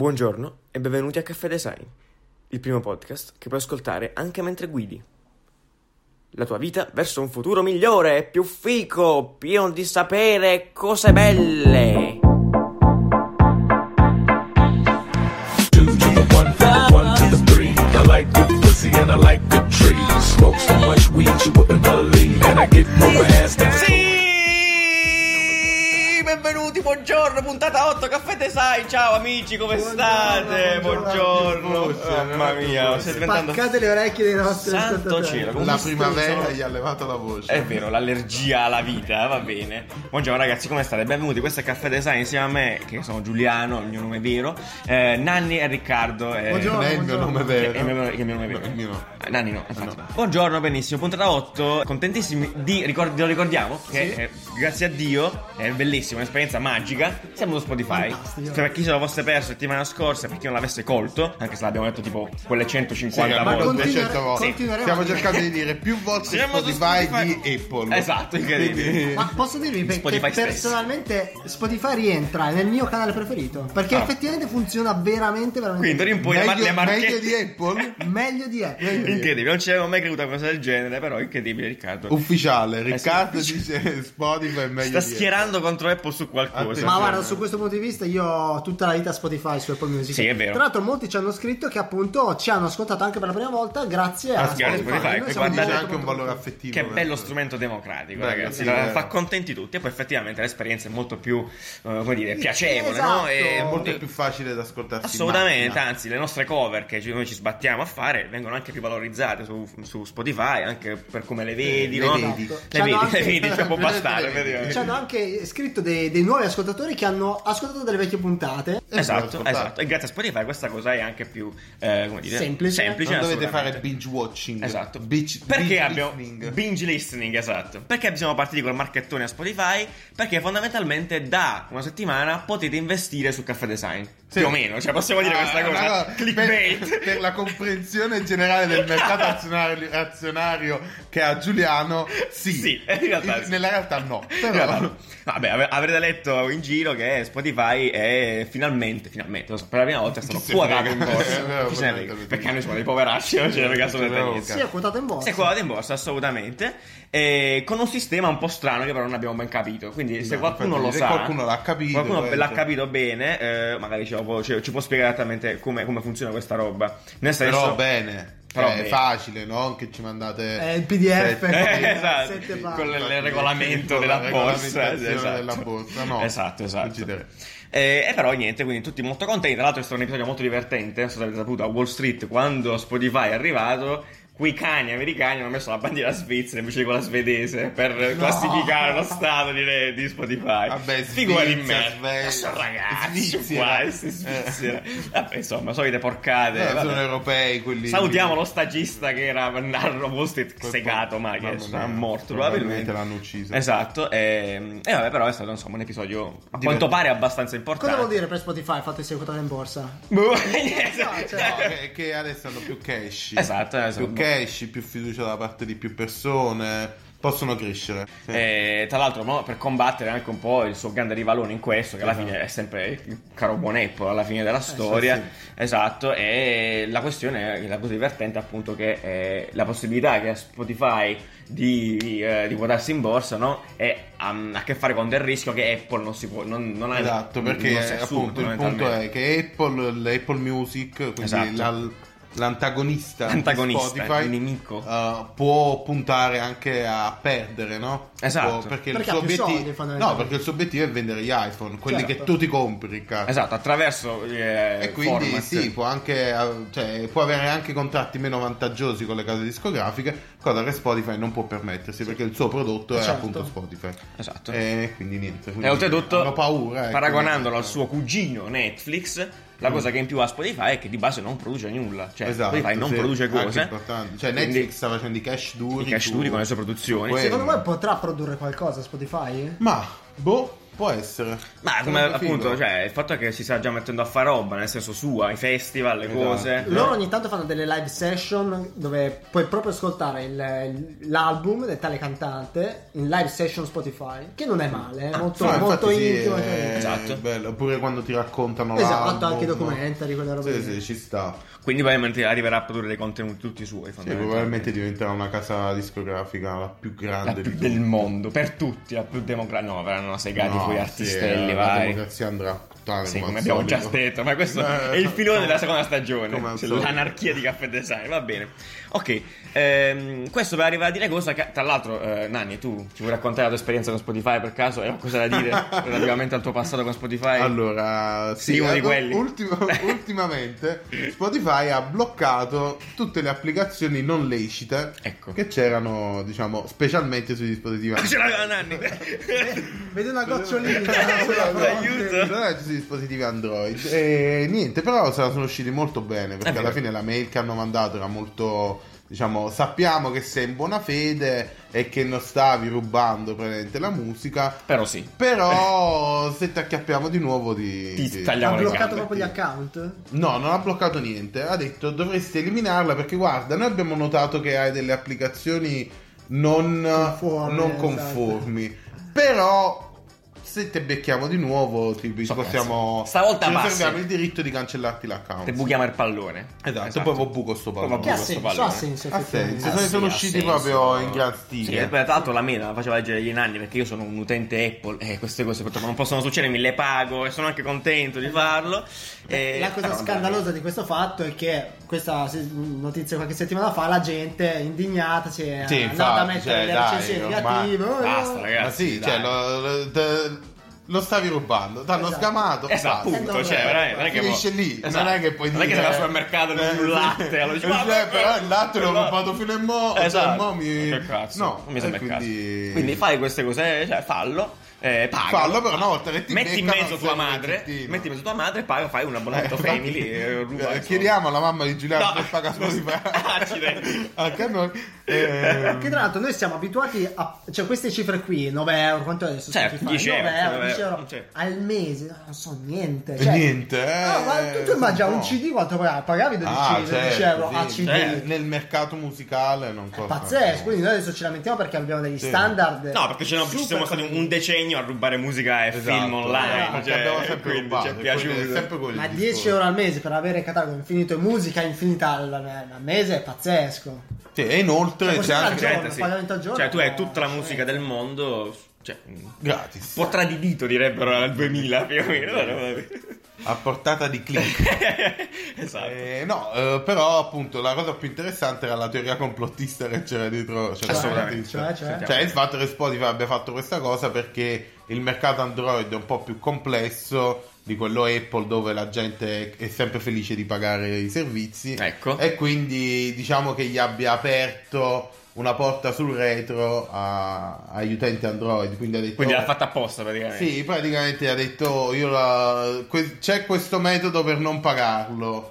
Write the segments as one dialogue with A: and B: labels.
A: Buongiorno e benvenuti a Caffè Design, il primo podcast che puoi ascoltare anche mentre guidi. La tua vita verso un futuro migliore, più fico, pieno di sapere e cose belle.
B: two to the one, one to the three. I like good pussy and I like good trees. Smoke so much weed you wouldn't believe, and I get more ass than.
C: Sì, benvenuti, buongiorno, puntata 8, caffè design, ciao amici, come state? Buongiorno, Ah, mamma mia, stai diventando...
D: Spaccate le orecchie dei nostri
C: Santo
D: ascoltatori.
C: cielo, come
E: La
C: mi
E: primavera
C: stuzzo.
E: gli ha levato la voce.
C: È vero, l'allergia alla vita, eh, va bene. Buongiorno ragazzi, come state? Benvenuti, questo è Caffè Design insieme a me, che sono Giuliano, il mio nome è vero, eh, Nanni e Riccardo. eh,
D: Buongiorno.
E: non è il mio nome
C: Che
E: vero.
C: è il mio- che è il mio nome vero.
E: No, il mio no.
C: Ah, Nanni no, infatti.
E: No.
C: Buongiorno, benissimo. Puntata 8. Contentissimi di ricord- lo ricordiamo che eh, grazie a Dio è bellissima, un'esperienza magica. Siamo su Spotify.
D: Fantastico.
C: Cioè, per chi se lo fosse perso settimana scorsa, per chi non l'avesse colto, anche se l'abbiamo detto tipo quelle 150
E: Sì,
D: Ma
E: volte,
C: volte.
D: continua-
E: cento volte.
D: continueremo.
E: Stiamo cercando di dire più volte
C: Siamo su
E: Spotify,
C: Spotify.
E: di Apple.
C: Esatto, incredibile.
D: Ma posso dirvi perché
C: Spotify stesso.
D: personalmente Spotify rientra nel mio canale preferito. Perché
C: Ah.
D: effettivamente funziona veramente, veramente.
C: Quindi d'ora in poi le, mar-
E: meglio,
C: le Eh,
E: meglio
C: marchette.
E: di Apple?
D: Meglio di Apple.
C: Incredibile, non ci avevo mai creduto a una cosa del genere, però incredibile Riccardo.
E: Ufficiale,
C: Eh, sì.
E: Riccardo dice Spotify è meglio
C: Sta
E: di Apple.
C: schierando contro Apple su qualcosa.
D: Ma guarda, su questo punto di vista io ho tutta la vita Spotify su Apple Music.
C: Sì, è vero.
D: Tra l'altro molti ci hanno scritto che appunto ci hanno ascoltato anche per la prima volta grazie a
C: Grazie a
D: Spotify.
C: Spotify.
D: Noi
C: E
D: siamo
C: guardate-
E: Quindi c'è
D: molto,
E: anche un
D: molto
E: valore
D: contenti.
E: affettivo. eh.
C: Che bello
E: veramente.
C: strumento democratico,
E: Bello,
C: ragazzi.
E: sì,
C: la-
E: vero.
C: fa contenti tutti. E poi effettivamente l'esperienza è molto più, eh, come dire, piacevole,
D: Esatto.
C: no? E
D: È
E: Molto più facile da ascoltarsi. in
C: Assolutamente,
E: macchina.
C: anzi, le nostre cover che ci- noi ci sbattiamo a fare vengono anche più valorizzate su, su Spotify, anche per come le vedi,
E: le
C: no?
E: vedi.
C: Le
D: C'hanno
C: vedi,
D: Esatto. anche-
C: le vedi, cioè, può
E: Le
C: bastare.
E: vedi.
C: praticamente.
D: Ci hanno anche scritto dei, dei nuovi ascoltatori che hanno ascoltato delle vecchie puntate.
C: Esatto,
E: ascoltate.
C: esatto. E grazie a Spotify questa cosa è anche più, eh, come dire,
D: Semplice.
E: Non dovete
C: assolutamente.
E: fare binge watching.
C: Esatto.
E: Binge-
C: perché
E: binge
C: abbiamo
E: listening.
C: binge listening, esatto. Perché bisogna partire col marchettone a Spotify? Perché fondamentalmente da una settimana potete investire su caffè design.
E: Sì.
C: Più o meno, cioè possiamo dire
E: Ah,
C: questa cosa.
E: una cosa-
C: Clickbait.
E: Per, per la comprensione generale del mercato azionario, azionario che ha Giuliano, sì.
C: Sì, in realtà sì.
E: nella realtà no. Però
C: Vabbè, Esatto. Vabbè, ave- avrete letto in giro che Spotify è finalmente, finalmente, lo so, per la prima volta è stato
E: Chi se
C: quotato in
E: frega.
C: borsa.
E: Eh, Esatto.
C: Chi se ne
E: veramente,
C: frega?
E: lo
C: Perché
E: dico.
C: noi siamo dei poveracci, non ce ne frega assolutamente
E: Però-
C: niente.
D: Si è quotato in borsa.
C: Si è quotato in borsa, assolutamente. E con un sistema un po' strano che però non abbiamo ben capito. Quindi, se
E: No,
C: qualcuno
E: infatti,
C: lo
E: se
C: sa,
E: qualcuno l'ha capito,
C: qualcuno
E: poi-
C: l'ha capito bene, eh, magari ce lo può- ce- ci può spiegare esattamente come, come funziona questa roba. Nel senso,
E: Però bene.
C: Però
E: Cioè,
C: bene.
E: è facile, no? Che ci mandate
D: È il PDF.
E: Sette-
C: Eh,
D: Sì,
C: esatto,
D: sette pagine.
C: con il
E: Infatti,
C: regolamento
E: con la
C: della borsa,
E: regolamentazione
C: esatto.
E: della borsa, no.
C: esatto, esatto.
E: Considera-
C: Eh, e però niente, quindi tutti molto contenti. Tra l'altro, è stato un episodio molto divertente. Non so se avete saputo a Wall Street quando Spotify è arrivato. Quei cani americani hanno messo la bandiera svizzera invece di quella svedese per classificare lo stato di, di Spotify.
E: Vabbè,
C: Figura di
E: Svezia,
C: me. Adesso,
E: Svezia.
C: ragazzi,
E: Svizzera.
C: qua, sì, Svizzera. Vabbè, insomma, solite porcate.
E: Eh, sono
C: vabbè.
E: europei quelli.
C: Salutiamo lo stagista che era a Wall Street
E: Quel
C: segato,
E: po-
C: ma che
E: mamma
C: sarà
E: mia,
C: morto probabilmente.
E: probabilmente l'hanno ucciso.
C: Esatto, e, e vabbè però è stato insomma un episodio a quanto
E: Divertente.
C: pare abbastanza importante.
D: Cosa vuol dire per Spotify fatto che sei quotato in borsa?
C: Boh, niente.
D: No, cioè-
E: No, che, che adesso hanno più cash.
C: Esatto, esatto.
E: Più cash, più fiducia da parte di più persone. Possono crescere. Sì.
C: Eh, E, tra l'altro mo, per combattere anche un po' il suo grande rivalone in questo che alla fine è sempre il caro buon Apple alla fine
E: Eh,
C: della storia esatto e la questione è- la cosa divertente appunto che è la possibilità che ha Spotify di, eh, di quotarsi in borsa no? è, um, ha a che fare con del rischio che Apple non si può non, non ha
E: Esatto,
C: non si
E: perché
C: assume,
E: appunto il punto
C: fondamentalmente.
E: è che Apple, l'Apple Music, quindi
C: Esatto.
E: l'al- l'antagonista,
C: L'antagonista,
E: di Spotify,
C: il nemico.
E: eh, può puntare anche a perdere, no?
C: Esatto.
E: Può- perché,
D: Perché
E: il
D: ha
E: suo
D: più soldi,
E: obiettivo, no,
D: fondamentalmente.
E: perché il suo obiettivo è vendere gli iPhone, quelli
D: Certo.
E: che tu ti compri, cazzo.
C: esatto attraverso eh,
E: E quindi
C: format.
E: sì, può, anche, eh, cioè, può avere anche contratti meno vantaggiosi con le case discografiche, cosa che Spotify non può permettersi perché il suo prodotto è
D: Certo.
E: appunto Spotify.
C: Esatto.
E: E quindi niente. Quindi
C: E oltretutto,
E: hanno paura, ecco,
C: paragonandolo al
E: quindi-
C: suo cugino Netflix, la cosa che in più ha Spotify è che di base non produce nulla. Cioè, Spotify non
E: Esatto, sì,
C: produce
E: anche
C: cose.
E: importante. Cioè,
C: Quindi-
E: Netflix sta facendo i cash duri.
C: I cash
E: su-
C: duri con le sue
E: su
C: produzioni.
E: quello.
D: Secondo voi potrà produrre qualcosa Spotify?
E: Ma, boh. Può essere.
C: Ma come
E: Sarebbe figo.
C: appunto, cioè, il fatto è che si sta già mettendo a fare roba, nel senso sua, i festival, le
E: Esatto.
C: cose.
D: Loro ogni tanto fanno delle live session dove puoi proprio ascoltare il- l'album del tale cantante in live session Spotify, che non è male, è molto,
E: No, Ah, infatti
D: molto
E: sì, eh,
D: intimo.
E: è
D: cioè-
C: Esatto.
E: bello. Oppure quando ti raccontano
D: Esatto,
E: l'album.
D: anche i documentari, quelle robe
E: Sì,
D: lì.
E: sì, ci sta.
C: Quindi probabilmente arriverà a produrre dei contenuti tutti suoi.
E: Sì, probabilmente diventerà una casa discografica la più
C: La
E: grande
C: più
E: di
C: del
E: tutte.
C: mondo, per tutti, la più democratica. No, avranno una segata
E: No,
C: con i
E: sì, eh,
C: artistelli,
E: la
C: vai.
E: democrazia andrà a puttane
C: Sì,
E: al
C: come abbiamo già
E: solito.
C: detto, ma questo
E: Eh,
C: è il filone
E: come-
C: della seconda stagione.
E: come al
C: Cioè,
E: solito.
C: l'anarchia di Caffè Design, va bene. Ok, ehm, questo per arrivare a dire cosa. che- tra l'altro, eh, Nanni, tu ci vuoi raccontare la tua esperienza con Spotify per caso? E cosa da dire relativamente al tuo passato con Spotify?
E: Allora,
C: Sì, uno di
E: ecco,
C: quelli.
E: ultimo- ultimamente Spotify ha bloccato tutte le applicazioni non lecite
C: Ecco.
E: che c'erano, diciamo, specialmente sui dispositivi.
C: Ah, Ce l'aveva Nanni!
D: Vedo una gocciolina. cioè, sulla fronte.
C: Cioè, Aiuto!
E: Allora, sui dispositivi Android e niente, però se la sono usciti molto bene
C: È
E: perché
C: vero.
E: alla fine la mail che hanno mandato era molto. Diciamo, sappiamo che sei in buona fede e che non stavi rubando praticamente la musica.
C: Però sì.
E: Però se ti acchiappiamo di nuovo ti,
C: Ti tagliamo
D: Ha
C: le
D: bloccato
C: gambe.
D: proprio gli account?
E: No, non ha bloccato niente. Ha detto dovresti eliminarla perché guarda, noi abbiamo notato che hai delle applicazioni non
D: Conformi,
E: non
D: esatto.
E: conformi. Però se te becchiamo di nuovo ti
C: So
E: possiamo
C: cazzo. Stavolta
E: ci
C: passi.
E: riserviamo il diritto di cancellarti l'account.
C: Te buchiamo il pallone.
E: Esatto, poi poi buco sto pallone.
D: Che ha
C: Questo
D: senso?
C: pallone.
D: Ha senso.
E: Ha
D: effettivamente.
C: Ah,
E: senso, se ne
C: sì,
E: sono
C: ha
E: usciti
C: senso.
E: proprio in gran
C: Sì,
E: stile.
C: e poi, tra l'altro la mela la faceva leggere agli nanni perché io sono un utente Apple e queste cose purtroppo non possono succedere, mi le pago e sono anche contento di farlo. E-
D: La cosa
C: però,
D: scandalosa di questo fatto è che questa se- notizia qualche settimana fa la gente indignata si è
E: Sì,
D: andata a
E: infatti,
D: mettere
E: cioè,
D: le
E: dai,
D: recensioni
E: ormai-
D: negative. Oh,
C: Basta,
D: no.
C: ragazzi.
E: Ma sì,
C: dai.
E: cioè, lo, lo- te- lo stavi rubando, ti hanno
D: Esatto.
E: sgamato.
C: Esatto,
E: basta.
D: Eh,
C: appunto,
D: no,
C: cioè,
D: no,
C: non è, non è che
E: Finisce lì,
C: esatto.
E: non è che puoi
C: non è che
E: dire-
C: se vai al supermercato e
E: Eh,
C: un latte, allora dici,
E: eh,
C: ma-
E: cioè, però il latte l'ho
C: quello-
E: rubato fino a mo', cioè,
C: Esatto.
E: mo' mi-
C: Che cazzo,
E: No,
C: non mi sembra
E: eh,
C: il caso.
E: quindi-
C: Quindi... fai queste cose, cioè, fallo, eh, paga.
E: Fallo però una volta che ti
C: metti in
E: beccano,
C: mezzo tua
E: sei un
C: madre,
E: cretino.
C: metti in mezzo tua madre, paga, fai un abbonamento
E: Eh,
C: family
E: infatti,
C: e ruba.
E: eh,
C: insomma.
E: Chiediamo alla mamma di Giuliano
C: No.
E: per pagare Spotify.
C: Accidenti.
E: Anche a noi. Ehm,
D: Eh, Che tra l'altro noi siamo abituati a cioè queste cifre qui, 9 euro, quanto è adesso?
C: Certo,
D: Spotify?
C: 10 euro,
D: 9 euro,
C: 9
D: 10 euro
C: certo.
D: al mese, non so niente. Cioè,
E: Niente,
D: no, ma
E: eh,
D: tu, tu immagini
E: no.
D: un CD quanto pagavi? Pagavi 12,
E: Ah,
D: 12
E: certo,
D: euro
E: sì,
D: a CD.
E: cioè, nel mercato musicale non
D: È
E: costa
D: pazzesco, quindi noi adesso ci lamentiamo perché abbiamo degli
E: Sì.
D: standard.
C: No, perché ce ne- ci
D: super
C: siamo stati un
D: contenuti.
C: decennio a rubare musica e
E: Esatto,
C: film online.
E: perché
C: cioè,
E: abbiamo sempre
C: quindi
E: rubato,
C: ci è
E: quello è
C: piaciuto.
E: sempre quello il
D: Ma
E: discorso.
D: 10 euro al mese per avere catalogo infinito e musica infinita al, al mese è pazzesco.
E: Sì, e inoltre
D: Cioè,
E: c'è
D: questo
E: anche
D: era
C: Gente,
D: giorno,
C: sì.
D: pagamento al giorno,
C: Cioè, tu hai
D: eh,
C: tutta la
D: sì.
C: musica del mondo. Cioè, un
E: gratis
C: po' tradidito direbbero al 2000 più o meno.
E: a portata di click.
C: esatto.
E: Eh, no, eh, però appunto la cosa più interessante era la teoria complottista che c'era dietro. Cioè, la
C: Assolutamente.
E: complottista.
D: Cioè, cioè?
E: Cioè, il fatto che Spotify abbia fatto questa cosa perché il mercato Android è un po' più complesso di quello Apple dove la gente è sempre felice di pagare i servizi
C: Ecco.
E: e quindi diciamo che gli abbia aperto una porta sul retro a- agli utenti Android quindi ha detto
C: Quindi l'ha
E: "Oh,
C: fatta apposta praticamente.
E: sì, praticamente ha detto "Oh, io la- que- c'è questo metodo per non pagarlo.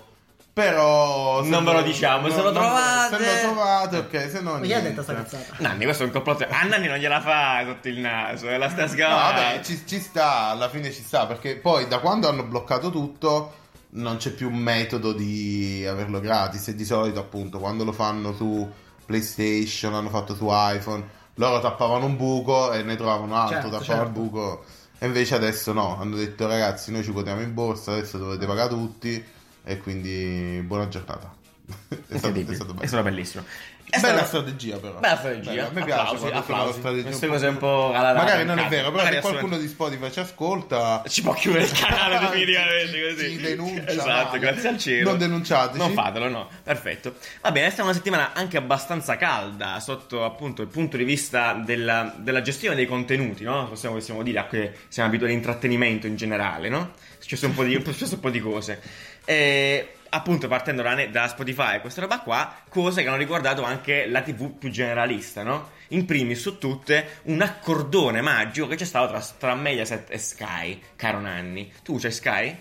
E: Però se
C: Non ve lo diciamo, se lo trovate-
E: Se lo trovate, ok, se no
D: Ma chi ha
E: niente.
D: detto sta cazzata?
C: Nanni, questo è un complotto. A Nanni non gliela fa sotto il naso, eh, la sta
E: No,
C: sgamando.
E: vabbè, ci, ci sta, alla fine ci sta, perché poi da quando hanno bloccato tutto non c'è più un metodo di averlo gratis e di solito appunto quando lo fanno su PlayStation, hanno fatto su iPhone, loro tappavano un buco e ne trovavano altro,
D: Certo,
E: tappavano
D: certo.
E: il buco e invece adesso no, hanno detto ragazzi noi ci quotiamo in borsa, adesso dovete pagare tutti e quindi buona giornata. è, stato, è stato
C: Incredibile. È
E: bello.
C: stato bellissimo. È
E: Bella
C: stato-
E: strategia però.
C: Bella strategia.
E: Bella, A me
C: Applausi,
E: piace quando
C: applausi.
E: sono strategie
C: Queste cose un po' alla- alla-
E: Magari non è
C: alla-
E: vero, però
C: magari
E: se qualcuno di Spotify ci ascolta
C: Ci può chiudere il canale definitivamente
E: Ci-
C: così.
E: ci denuncia,
C: Esatto,
E: no.
C: grazie al cielo.
E: Non denunciateci.
C: Non fatelo, no. Perfetto. Va bene, questa è una settimana anche abbastanza calda sotto appunto il punto di vista della, della gestione dei contenuti, no? Possiamo, possiamo dire a cui siamo abituati all'intrattenimento in generale, no? È successo un po' di, è successo un po' di cose. E, appunto partendo da, da Spotify e questa roba qua, cose che hanno riguardato anche la TV più generalista, no? In primis su tutte un accordone magico che c'è stato tra, tra Mediaset e Sky, caro Nanni. Tu c'hai Sky?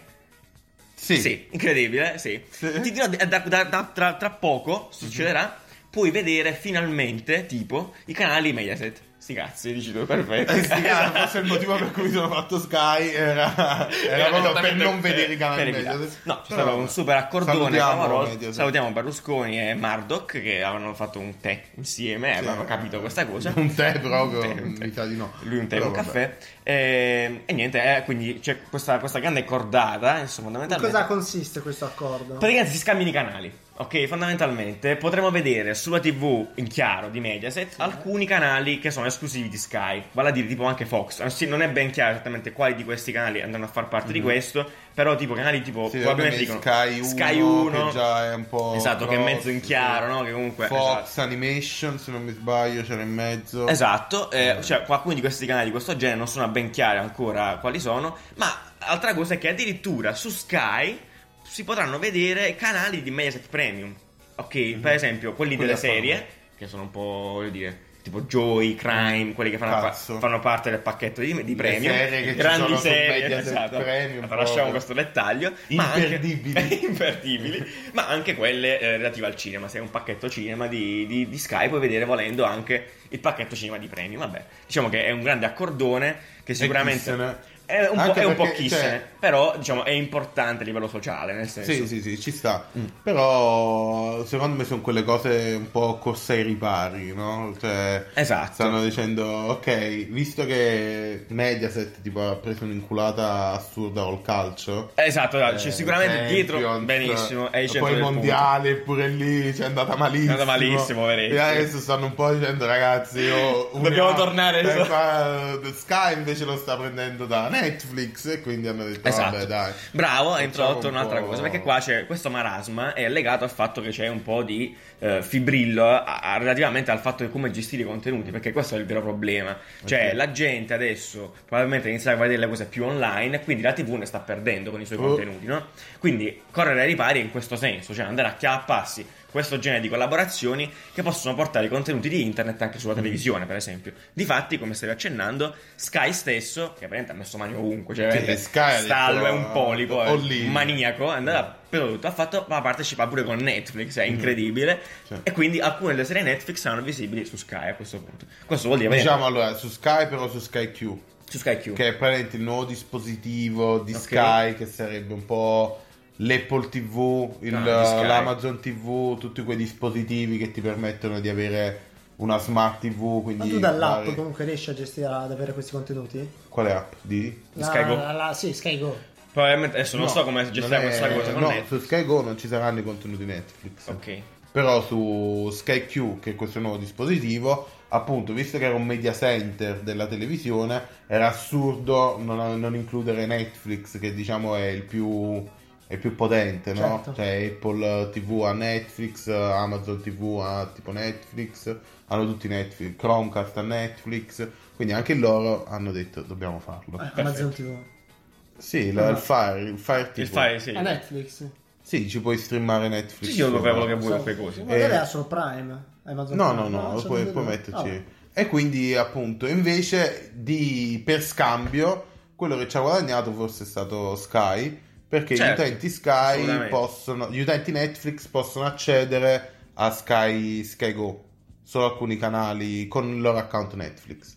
E: Sì.
C: Sì, incredibile, sì.
E: Sì. Mhm.
C: Ti dirò, da- da- da- tra, tra poco succederà, puoi vedere finalmente, tipo, i canali Mediaset. Sti cazzi, dici tu, perfetto.
E: Eh sì, era forse il motivo per cui mi sono fatto Sky era, era proprio per non vedere i canali
C: per evitare.
E: media.
C: No, c'è stato un super accordone
E: salutiamo
C: clamoroso.
E: Mediaset.
C: Salutiamo Berlusconi e Murdoch che avevano fatto un tè insieme, avevano capito questa cosa.
E: Un tè proprio,
C: Un tè, un tè.
E: mi sa di no.
C: Lui un tè e
E: Però
C: un
E: vabbè.
C: caffè. E, e niente, eh, quindi c'è questa, questa grande cordata, insomma,
D: In
C: fondamentalmente.
D: cosa consiste questo accordo?
C: Praticamente si scambiano i canali. Ok, fondamentalmente potremo vedere sulla TV in chiaro di Mediaset alcuni canali che sono esclusivi di Sky, vale a dire tipo anche Fox. Eh, Sì, non è ben chiaro esattamente quali di questi canali andranno a far parte di questo, però tipo canali tipo
E: Mhm. Sì,
C: probabilmente
E: vabbè,
C: dicono
E: Sky 1,
C: Sky
E: che già è un po'
C: Esatto, che è mezzo in
E: grosso,
C: chiaro,
E: sì.
C: no? Che comunque
E: Fox
C: esatto.
E: Animation, se non mi sbaglio, c'era in mezzo.
C: Esatto, eh, cioè qua- alcuni di questi canali di questo genere non sono ben chiari ancora quali sono, ma altra cosa è che addirittura su Sky si potranno vedere canali di Mediaset Premium, ok? Per esempio quelli
E: Mhm. Quelli
C: delle
E: a favore.
C: serie, che sono un po', voglio dire, tipo Joy, Crime, quelli che fanno,
E: Cazzo.
C: fanno parte del pacchetto di, di
E: Le
C: premium,
E: serie che ci
C: grandi
E: sono su
C: serie, esatto.
E: Mediaset Premium,
C: Allora,
E: proprio.
C: lasciamo questo dettaglio, ma anche-
E: Imperdibili.
C: imperdibili, ma anche quelle eh, relative al cinema. Se è un pacchetto cinema di, di, di Sky, puoi vedere volendo anche il pacchetto cinema di premi. Vabbè, diciamo che è un grande accordone che sicuramente
E: Chissene.
C: è un po',
E: Anche
C: è un po'
E: perché,
C: chissene,
E: cioè-
C: però diciamo è importante a livello sociale, nel senso.
E: Sì, sì, sì, ci sta.
C: Mm.
E: Però secondo me sono quelle cose un po' corse ai ripari, no? Cioè,
C: Esatto.
E: Stanno dicendo, ok, visto che Mediaset tipo, ha preso un'inculata assurda col calcio.
C: Esatto, esatto,
E: eh,
C: c'è sicuramente dietro
E: Champions,
C: benissimo, eh, è il centro
E: Poi il
C: del punto.
E: mondiale pure lì c'è andata malissimo.
C: È andata malissimo, poveretti.
E: E adesso stanno un po' dicendo, ragazzi, oh,
C: Dobbiamo tornare
E: eh,
C: su-
E: fa- Sky invece lo sta prendendo da Netflix e quindi hanno detto,
C: Esatto.
E: vabbè, dai.
C: Bravo, hai
E: Facciamo
C: introdotto
E: un
C: un'altra
E: po'.
C: cosa. Perché qua c'è questo marasma è legato al fatto che c'è un po' di eh, fibrillo a- a- relativamente al fatto di come gestire i contenuti. Perché questo è il vero problema. Cioè,
E: Ok.
C: la gente adesso probabilmente inizia a vedere le cose più online, quindi la TV ne sta perdendo con i suoi
E: Oh.
C: contenuti, no? Quindi correre ai ripari in questo senso, cioè andare a chiapparsi questo genere di collaborazioni che possono portare i contenuti di internet anche
E: Mm.
C: sulla televisione, per esempio. Difatti, come stavi accennando, Sky stesso, che apparentemente ha messo mani ovunque, cioè
E: Sì,
C: veramente
E: Sky ha detto,
C: stallo è un polipo, è
E: Ollini.
C: un maniaco, è andato a per tutto, ha fatto ma partecipa pure con Netflix, è incredibile.
E: Mm-hmm. Sì.
C: E quindi alcune delle serie Netflix saranno visibili su Sky a questo punto. Questo vuol dire vabbè,
E: Diciamo allora, su Sky però su Sky Q,
C: su Sky Q.
E: che è praticamente il nuovo dispositivo di
C: Ok.
E: Sky, che sarebbe un po' l'Apple TV, il-
C: Ah, di Sky.
E: l'Amazon TV, tutti quei dispositivi che ti permettono di avere una smart TV,
D: Ma
E: quindi...
D: tu dall'app
E: vari-
D: comunque riesci a gestire ad avere questi contenuti?
E: Quale app? Di?
C: La- Sky Go.
D: sì, Sky Go.
C: Probabilmente adesso non
E: No,
C: so come gestire
E: non è-
C: questa cosa con
E: No,
C: Netflix.
E: su Sky Go non ci saranno i contenuti Netflix.
C: Ok.
E: Però su Sky Q, che è questo nuovo dispositivo, appunto, visto che era un media center della televisione, era assurdo non, non includere Netflix, che diciamo è il più, è il più potente, no?
D: Certo.
E: Cioè Apple TV ha Netflix, Amazon TV ha tipo Netflix, hanno tutti Netflix, Chromecast ha Netflix, quindi anche loro hanno detto dobbiamo farlo.
D: Eh, Ah. Amazon TV.
E: Sì, la- il Fire, il Fire TV.
C: Il file sì.
D: A Netflix.
E: Sì, ci puoi streamare Netflix.
C: Sì, sì, lo fai quello che
E: sopra.
C: vuoi a quei cosi.
D: Sì,
E: Eh.
D: Magari ha solo Prime. Amazon
E: No, no,
D: Prime. cioè,
E: no,
D: c'è
E: puoi,
D: tutto
E: puoi
D: e due.
E: metterci.
D: Ah,
E: E quindi, appunto, invece di per scambio, quello che ci ha guadagnato forse è stato Sky, perché
C: Certo,
E: gli utenti Sky
C: assolutamente.
E: possono, gli utenti Netflix possono accedere a Sky, Sky Go, solo alcuni canali con il loro account Netflix.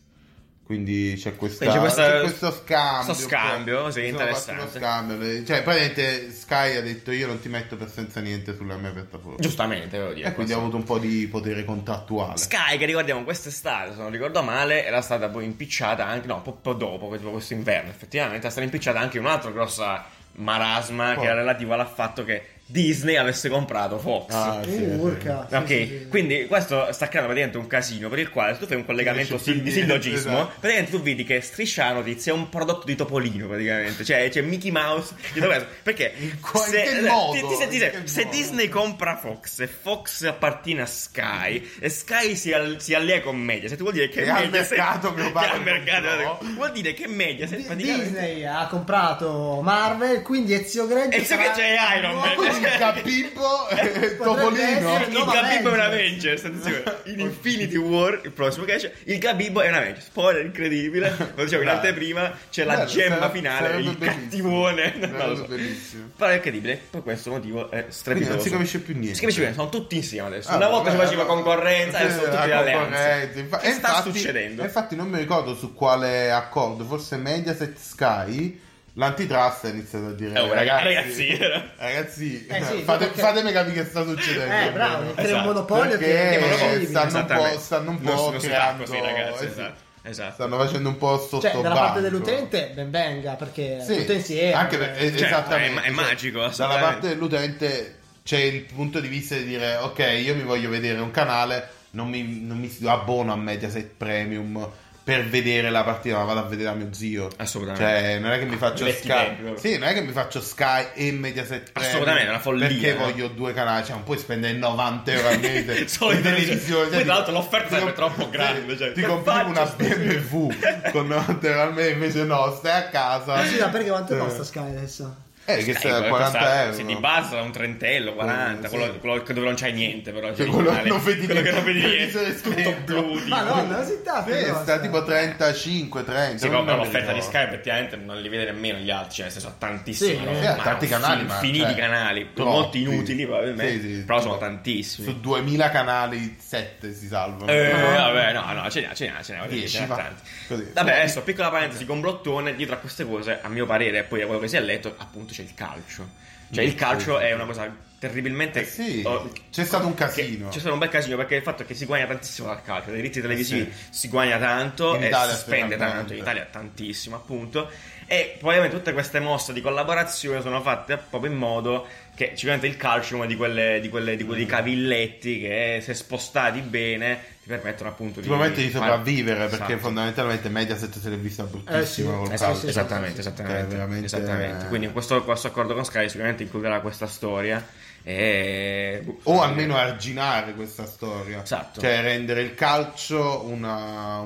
E: Quindi c'è, questa,
C: Quindi c'è questa-
E: c'è questo scambio.
C: questo scambio, sì,
E: Ci sono fatti uno
C: interessante.
E: scambio. Cioè, praticamente Sky ha detto io non ti metto per senza niente sulla mia piattaforma.
C: Giustamente, voglio
D: Eh,
C: dire.
E: E Eh, quindi ha avuto un po' di potere contrattuale.
C: Sky, che ricordiamo quest'estate, se non ricordo male, era stata poi impicciata anche, no, poco dopo, tipo questo inverno, effettivamente, era stata impicciata anche un'altra grossa marasma
E: Poi.
C: che era relativa al fatto che Disney avesse comprato Fox.
E: Ah, sì, sì.
D: Urca. Esatto, sì,
C: Ok,
D: sì, sì.
C: quindi questo sta creando praticamente un casino per il quale se tu fai un collegamento
E: Non esce
C: sil-
E: più
C: di
E: niente,
C: sillogismo,
E: esatto.
C: praticamente tu vedi che Striscia la Notizia è un prodotto di Topolino praticamente, cioè c'è Mickey Mouse dietro questo. perché
E: In qualche
C: eh,
E: modo,
C: ti- ti- se- ti-
E: in
C: se-
E: qualche
C: se
E: modo.
C: Disney compra Fox e Fox appartiene a Sky e Sky si, al- si allia con Mediaset, vuol dire che
E: E al
C: Mediaset-
E: mercato globale
C: che al mercato-
E: no.
C: vuol dire che Mediaset
D: Di-
C: praticamente
D: Disney ha comprato Marvel, quindi Ezio Greggio
C: Ezio Greggio è Iron Man.
D: nuovo
E: il Gabibbo e
D: essere-
E: eh, Topolino.
D: no,
C: il
D: ma
C: Gabibbo è un
D: meglio.
C: Avengers, attenzione. Eh, In Infinity War, il prossimo che esce, il Gabibbo è un Avengers. Spoiler incredibile. Lo dicevo in
E: Bravo.
C: anteprima, c'è la
E: Bello,
C: gemma
E: sarebbe-
C: finale,
E: sarebbe
C: il
E: bellissimo.
C: cattivone.
E: Sarebbe
C: Non lo so.
E: bellissimo.
C: Però è incredibile, per questo motivo è strepitoso.
E: Quindi non si capisce più niente.
C: Si capisce più niente, sono tutti insieme adesso.
E: Ah,
C: Una volta si
E: vabbè,
C: faceva
E: allora-
C: concorrenza,
E: sì,
C: adesso sono
E: la
C: tutti le alleanze.
E: concorrenza, infa-
C: Che
E: e
C: sta
E: infatti-
C: succedendo?
E: e Infatti non mi ricordo su quale accordo, forse Mediaset Sky, l'antitrust ha iniziato a dire...
C: Oh, raga- ragazzi.
E: ragazzi,
D: Eh sì,
E: fate-
D: perché-
E: fatemi capire che sta succedendo.
D: Eh, bravo, crea un
C: Esatto.
D: monopolio che
E: Perché
D: è
E: eh, stanno
D: incredibile.
E: un
C: Esattamente.
E: po'- stanno un
C: Non-
E: po'
C: non si fa
E: creando-
C: così, ragazzi,
E: eh sì.
C: esatto. Esatto.
E: Stanno facendo un po' sotto
D: Cioè, dalla parte
E: banco.
D: dell'utente ben venga, perché
E: Sì,
D: tutto insieme. cioè.
E: anche per- eh, es-
C: Certo,
E: esattamente, cioè,
C: è- è magico,
E: Dalla
C: assolutamente.
E: parte dell'utente c'è il punto di vista di dire: Ok, io mi voglio vedere un canale, non mi, non mi abbono a Mediaset Premium per vedere la partita, ma vado a vedere a mio zio.
C: Assolutamente.
E: Cioè, non è che mi faccio
C: Metti
E: Sky.
C: dentro.
E: Sì, non è che mi faccio Sky e Mediaset Premium.
C: Assolutamente, è una follia, eh.
E: Perché
C: no?
E: voglio due canali, cioè non puoi spendere 90 euro al mese
C: Solo
E: in
C: in televisione.
E: televisione.
C: Poi,
E: Cioè,
C: tra
E: ti-
C: l'altro, l'offerta
E: ti
C: sarebbe
E: comp-
C: troppo grande,
E: sì,
C: cioè,
E: Ti
C: che
E: compri
C: faccio
E: una
C: sto giro?
E: BMW con 90 euro al mese, invece no, stai a casa.
D: Sì, ma perché quanto
E: Eh.
D: costa Sky adesso?
E: Eh, che
C: Stai,
E: sarà
C: quello
E: 40
C: costa-
E: euro. Eh,
C: Se ti basta un trentello, 40,
E: Sì.
C: quello, quello che dove non c'hai niente, però.
E: Cioè,
C: in
E: quello
C: generale,
E: che non vedi
C: quello che non vedi
E: niente,
C: niente,
E: questo
C: tutto
E: è scritto.
C: blu. tipo.
D: Ma no, non si tanto.
E: Sì,
D: costa.
E: sta tipo 35, 30.
C: Sì,
E: non
C: però però
E: mi
C: l'offerta di
E: ricordo.
C: Sky effettivamente non li vede nemmeno gli altri, cioè nel senso ha tantissimi,
D: Sì,
C: no?
D: eh,
E: Sì, ha
C: Ma
E: tanti
C: un
E: canali,
C: fin-
E: ma
C: infiniti
E: cioè,
C: canali,
E: troppi.
C: molti inutili probabilmente,
E: Sì, sì,
C: però sono
E: tipo,
C: tantissimi.
E: Su 2000 canali 7 si salvano.
C: Eh,
D: Ah.
C: vabbè, no, no, ce ne ha, ce ne ha, ce ne ha,
E: Dieci,
C: ce ne ha
E: va.
C: tanti.
E: Così.
C: Vabbè, adesso, piccola parentesi, con Blottone, dietro a queste cose, a mio parere, e poi a quello che si è letto, appunto c'è il calcio. Cioè, il calcio è una cosa terribilmente...
E: Eh sì,
C: oh,
E: c'è stato un
C: che-
E: casino.
C: C'è stato un bel casino perché il fatto è che si guadagna tantissimo dal calcio, dai diritti televisivi si guadagna tanto
E: Eh In
C: e
E: Italia
C: si spende
E: specialmente.
C: tanto, in Italia tantissimo appunto e probabilmente tutte queste mosse di collaborazione sono fatte proprio in modo che sicuramente il calcio è uno di, quelle, di, quelle, di quei
E: Mm.
C: cavilletti che se spostati bene ti permettono appunto
E: Ti permette di
C: fare-
E: sopravvivere perché
C: Esatto.
E: fondamentalmente Mediaset se l'è vista bruttissima
D: Eh sì,
E: col
D: eh sì,
E: calcio.
D: sì, sì. Eh,
C: Esattamente,
E: Cioè,
C: esattamente,
E: veramente-
C: esattamente. Quindi questo, questo accordo con Sky sicuramente includerà questa storia e...
E: O almeno arginare questa storia.
C: Esatto.
E: Cioè rendere il calcio una,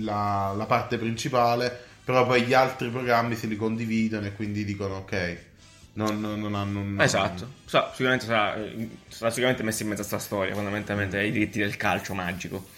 E: la, la parte principale, però poi gli altri programmi se li condividono e quindi dicono ok, non, non, non hanno... un-
C: Esatto, Sa- sicuramente sarà, eh, sarà sicuramente messa in mezzo a sta storia, fondamentalmente ai diritti del calcio magico.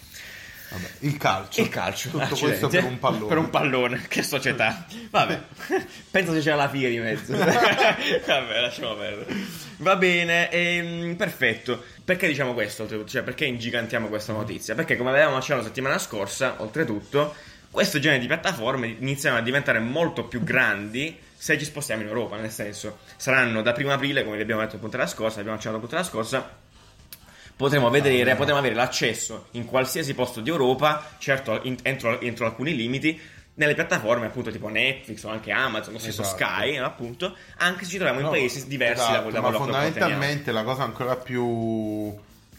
E: Vabbè, il calcio.
C: Il calcio, ah,
E: Tutto
C: accidenti.
E: questo per un pallone.
C: Per un pallone, che società. Vabbè, penso che c'era la figa di mezzo. Vabbè, lasciamo perdere. Va bene, ehm, perfetto. Perché diciamo questo? oltretutto? Cioè, perché ingigantiamo questa notizia? Perché come avevamo accennato la settimana scorsa, oltretutto, questo genere di piattaforme iniziano a diventare molto più grandi se ci spostiamo in Europa, nel senso, saranno da primo aprile, come vi abbiamo detto appunto la scorsa, abbiamo accennato appunto la scorsa, potremo vedere, potremo avere l'accesso in qualsiasi posto di Europa, certo in- entro, entro alcuni limiti, nelle piattaforme appunto tipo Netflix o anche Amazon, lo stesso
E: Esatto.
C: Sky, no, appunto, anche se ci troviamo in
E: No,
C: paesi diversi da
E: esatto,
C: quello da
E: ma
C: quello che conteniamo.
E: fondamentalmente la cosa ancora più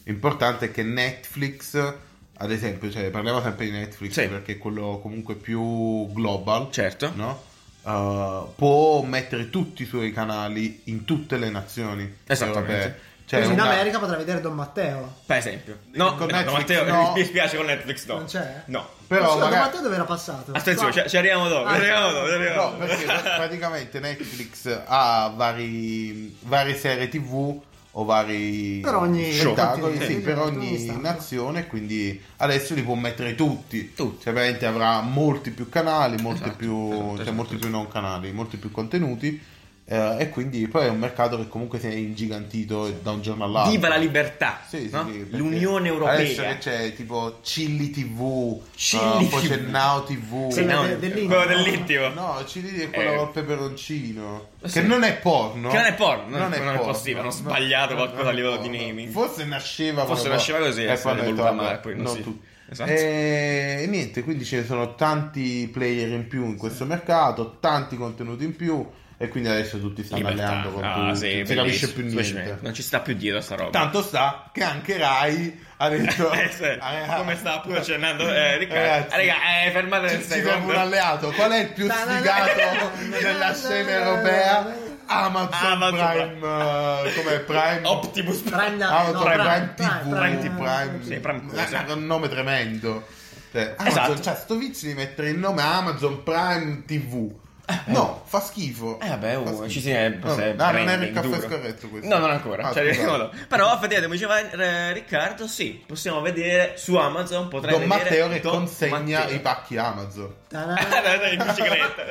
E: importante è che Netflix, ad esempio, cioè, parliamo sempre di Netflix
C: Sì.
E: perché è quello comunque più global,
C: Certo.
E: no? Uh, può mettere tutti i suoi canali in tutte le nazioni
C: Esattamente.
E: europee. Cioè,
D: Così in
E: una-
D: America potrà vedere Don Matteo.
C: Per esempio. No,
E: Con
C: no,
E: Netflix
C: Matteo,
E: no.
C: mi dispiace con Netflix no.
D: Non c'è?
C: No.
E: Però
D: Ma scusa, Don
E: magari-
D: Matteo dove era passato?
C: Attenzione, cioè,
D: Qua.
C: ci, ci arriviamo dopo,
D: Ah,
C: ci arriviamo
D: no,
C: dopo, ci
D: no,
C: arriviamo
E: No,
C: dopo.
E: perché praticamente Netflix ha vari, varie serie tv o vari
D: Per ogni Show.
E: spettacoli, sì,
D: continente.
E: per
D: Ogni
E: ogni
D: stato.
E: nazione, quindi adesso li può mettere tutti.
C: Tutti.
E: Cioè, veramente avrà molti più canali, molti
C: Esatto,
E: più,
C: esatto,
E: cioè,
C: esatto,
E: molti più non canali, molti più contenuti. eh, e quindi poi è un mercato che comunque si è ingigantito da un giorno all'altro.
C: Viva la libertà,
E: Sì, sì,
C: no?
E: sì, perché
C: l'Unione
E: Adesso
C: Europea.
E: che c'è tipo Chilli TV,
C: Chilli
E: eh, poi c'è
C: TV.
E: Now TV.
C: Sì,
D: Quello
C: no,
D: de- dell'intimo.
C: quello dell'intimo.
E: No, CD è quello
C: Eh.
E: col peperoncino.
C: Eh sì.
E: Che non è porno.
C: Che non è porno, non è- non è possibile, hanno sbagliato
E: no,
C: qualcosa
E: non
C: a
E: è
C: livello di
E: porno.
C: naming.
E: Forse nasceva
C: Forse
E: proprio-
C: nasceva così, eh,
E: E
C: è stato
E: poi hanno detto,
C: voluto
E: vabbè,
C: male, poi non
E: non
C: si-
E: tutti.
C: Esatto.
E: E niente, quindi ce ne sono tanti player in più in questo mercato, tanti contenuti in più. E quindi adesso tutti stanno
C: Libertà.
E: alleando con
C: Ah,
E: tutti.
C: sì,
E: non si
C: bellissimo,
E: capisce più
C: semplicemente.
E: niente.
C: Non ci sta più dietro sta roba.
E: Tanto sta che anche Rai ha detto Ah,
C: Eh, sì, come sta pure accennando eh, Riccardo.
E: Ecco. Ragazzi,
C: Eh, raga, eh, fermate
E: Ci
C: un
E: serve
C: secondo.
E: un alleato. Qual è il più sfigato della scena europea? Amazon,
C: Amazon
E: Prime. eh, Come Prime?
C: Optimus
D: Prime,
E: Amazon
D: no,
E: Ah, Prime,
D: Prime,
E: TV.
D: Prime,
E: Prime,
D: Prime.
C: Sì, Prime cosa.
E: Eh, Un nome tremendo. Cioè,
C: Esatto.
E: Amazon, cioè, sto vizio di mettere il nome Amazon Prime TV. No, fa schifo.
C: Eh vabbè,
E: Fa
C: oh,
E: schifo.
C: ci si è,
E: No,
C: se
E: no, non
C: prende
E: era il
C: in
E: caffè
C: duro.
E: scorretto questo.
C: No, non ancora.
E: Ah,
C: Cioè,
E: scusate.
C: no, no. Però effettivamente, come diceva eh, Riccardo, sì, possiamo vedere su Amazon, potrei
E: Don
C: vedere
E: Matteo che
C: Don
E: consegna
C: Matteo.
E: i pacchi Amazon.
C: Ah,
D: Ta-da.
C: dai, dai, in bicicletta.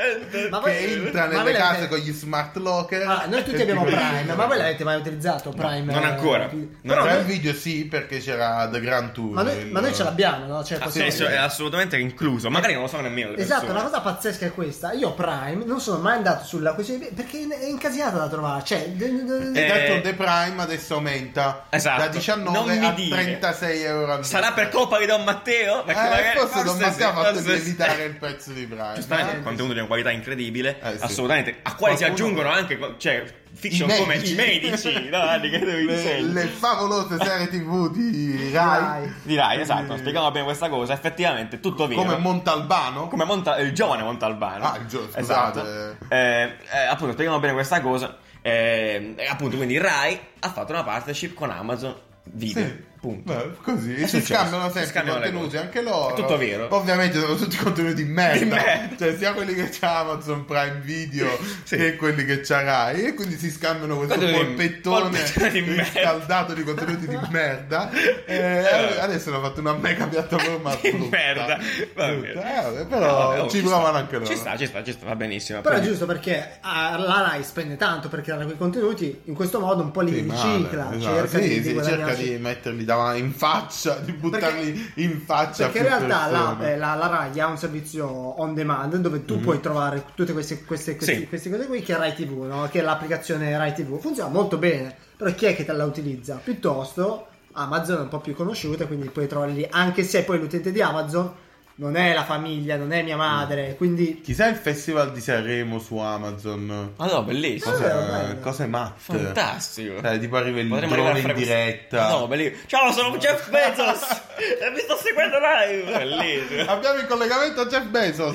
D: Ma voi-
E: Che entra
D: ma voi
E: nelle
D: l'avete-
E: case con gli smart locker.
D: Ah, noi tutti
E: e
D: abbiamo
E: ti-
D: Prime, ma voi l'avete mai utilizzato Prime?
C: non
D: eh,
C: ancora.
D: qui?
C: No,
E: No,
C: no,
E: nel
C: no.
E: video sì, perché c'era The Grand Tour.
D: Ma noi,
E: il-
D: ma noi ce l'abbiamo, no? Cioè,
C: Ah,
D: possiamo-
C: sì, sì, è assolutamente incluso. Magari non lo so nemmeno le
D: Esatto,
C: persone.
D: la cosa pazzesca è questa. Io Prime non sono mai andato sulla questione di- perché è incasinato da trovare. Cioè, d- d- d-
E: E
C: Eh,
E: d'altronde Prime adesso aumenta
C: Esatto.
E: da
C: Non
E: 19
C: mi
E: a
C: dire.
E: 36 euro al mese.
C: Sarà per colpa di Don Matteo?
E: Eh,
C: Perché magari-
E: forse Don
C: forse sì,
E: Matteo ha fatto
C: forse sì.
E: lievitare il prezzo di Prime.
C: Giustamente,
E: eh?
C: il contenuto di una qualità incredibile,
E: Eh, sì.
C: assolutamente, a quali si
E: Qualcuno-
C: aggiungono anche co- cioè, fiction
E: I
C: come
E: medici.
C: i medici, dai, che devo
E: le,
C: insegni.
E: le favolose serie tv di Rai,
C: Dirai, esatto, spieghiamo bene questa cosa, effettivamente tutto vero.
E: come Montalbano.
C: Come Monta- il giovane Montalbano.
E: Ah, il giovane,
C: Esatto.
E: scusate.
C: Eh, eh, appunto, spieghiamo bene questa cosa. Eh, eh, appunto, quindi Rai ha fatto una partnership con Amazon Video.
E: Sì.
C: Punto.
E: Beh, così
C: È
E: si
C: successo.
E: scambiano
C: Si
E: sempre
C: scambiano le
E: contenuti
C: cose.
E: anche loro.
C: È tutto vero.
E: Ovviamente sono tutti contenuti di merda.
C: Di merda.
E: Cioè, sia quelli che c'ha Amazon Prime Video
C: Sì.
E: che quelli che c'ha Rai. E quindi si scambiano questo
C: Contenuti di-
E: polpettone
C: polpettone di merda.
E: riscaldato di contenuti di merda. E
C: Eh.
E: adesso hanno fatto una mega piattaforma
C: Di
E: brutta.
C: merda. Va bene.
E: Brutta. Eh, vabbè,
C: No,
E: però
C: vabbè, oh,
E: ci
C: sta.
E: provano anche loro.
C: Ci sta, ci sta, ci sta, va benissimo.
D: Però è
C: Quindi-
D: giusto perché ah, la Rai spende tanto per creare quei contenuti, in questo modo un po' li
E: Sì,
D: ricicla,
E: male, esatto.
D: cerca,
E: Sì,
D: di,
E: sì,
D: di
E: cerca
D: guadagnarci-
E: di metterli davanti in faccia, di buttarli in faccia. a
D: Perché in
E: più
D: realtà la,
E: persone. Mhm.
D: eh, la- la Rai ha un servizio on demand dove tu puoi trovare tutte queste, queste, queste-
C: Sì.
D: queste cose qui che è Rai TV, no? che è l'applicazione Rai TV. Funziona molto bene, però chi è che te la utilizza? Piuttosto Amazon è un po' più conosciuta, quindi puoi trovare lì, anche se poi l'utente di Amazon non è la famiglia, non è mia madre, quindi...
E: Chissà il festival di Sanremo su Amazon.
C: Ma no, bellissimo.
D: Ah,
E: Cosa,
D: bello.
E: cose matte.
C: Fantastico.
E: Cioè, tipo arriva il
C: Potremmo
E: drone
C: arrivare a
E: in
C: fare questo-
E: diretta.
C: No, bellissimo. Ciao, sono Jeff Bezos. e mi sto seguendo live. Bellissimo.
E: Abbiamo in collegamento Jeff Bezos.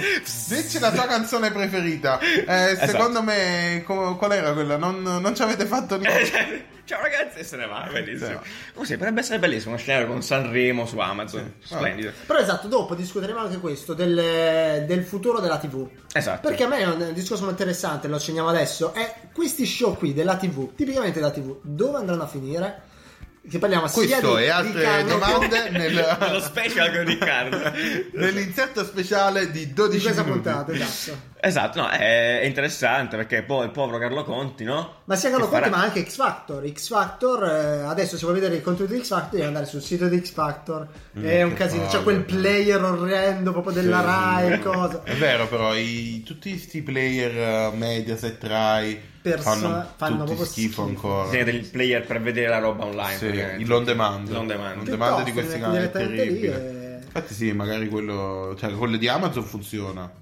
E: Dici la tua canzone preferita. Eh, Secondo me, co- qual era quella? Non, non ci avete fatto niente.
C: Ciao ragazzi, e se ne va,
E: Se ne
C: bellissimo.
E: va.
C: Comunque sì, potrebbe essere bellissimo uno scenario con Sanremo su Amazon. Splendido.
D: Però esatto, dopo discuteremo anche questo del, del futuro della TV.
C: Esatto.
D: Perché a me è un, è un discorso molto interessante, lo accenniamo adesso, è questi show qui della TV, tipicamente della TV, dove andranno a finire? Che parliamo sia
E: Questo
D: di,
E: e
D: di
E: altre
D: cani-
E: domande
C: Nello
E: nel-
C: special con Riccardo.
E: nell'inserto speciale di 12
D: di questa
E: minuti.
D: puntata, esatto.
C: Esatto, no, è è interessante perché poi il povero Carlo Conti, no?
D: Ma sia Carlo
C: Che
D: Conti,
C: farà-
D: ma anche X Factor. X Factor, eh, adesso se vuoi vedere il contenuto di X Factor, devi andare sul sito di X Factor. è un
E: Mm, che
D: casino, c'è
E: palle,
D: quel
E: no.
D: player orrendo proprio della
E: Sì,
D: Rai,
E: sì.
D: cosa.
E: È vero, però i- tutti questi player eh, Mediaset Rai
D: Perso-
E: fanno,
D: fanno
E: tutti
D: proprio schifo.
E: schifo ancora.
C: Bisogna del player per vedere la roba online.
E: Sì,
C: praticamente.
E: il on demand.
C: L'on demand.
E: L'on demand di questi
D: Piuttosto,
E: canali è
D: direttamente lì eh.
E: terribile.
D: e-
E: Infatti sì, magari quello, cioè, quello di Amazon funziona.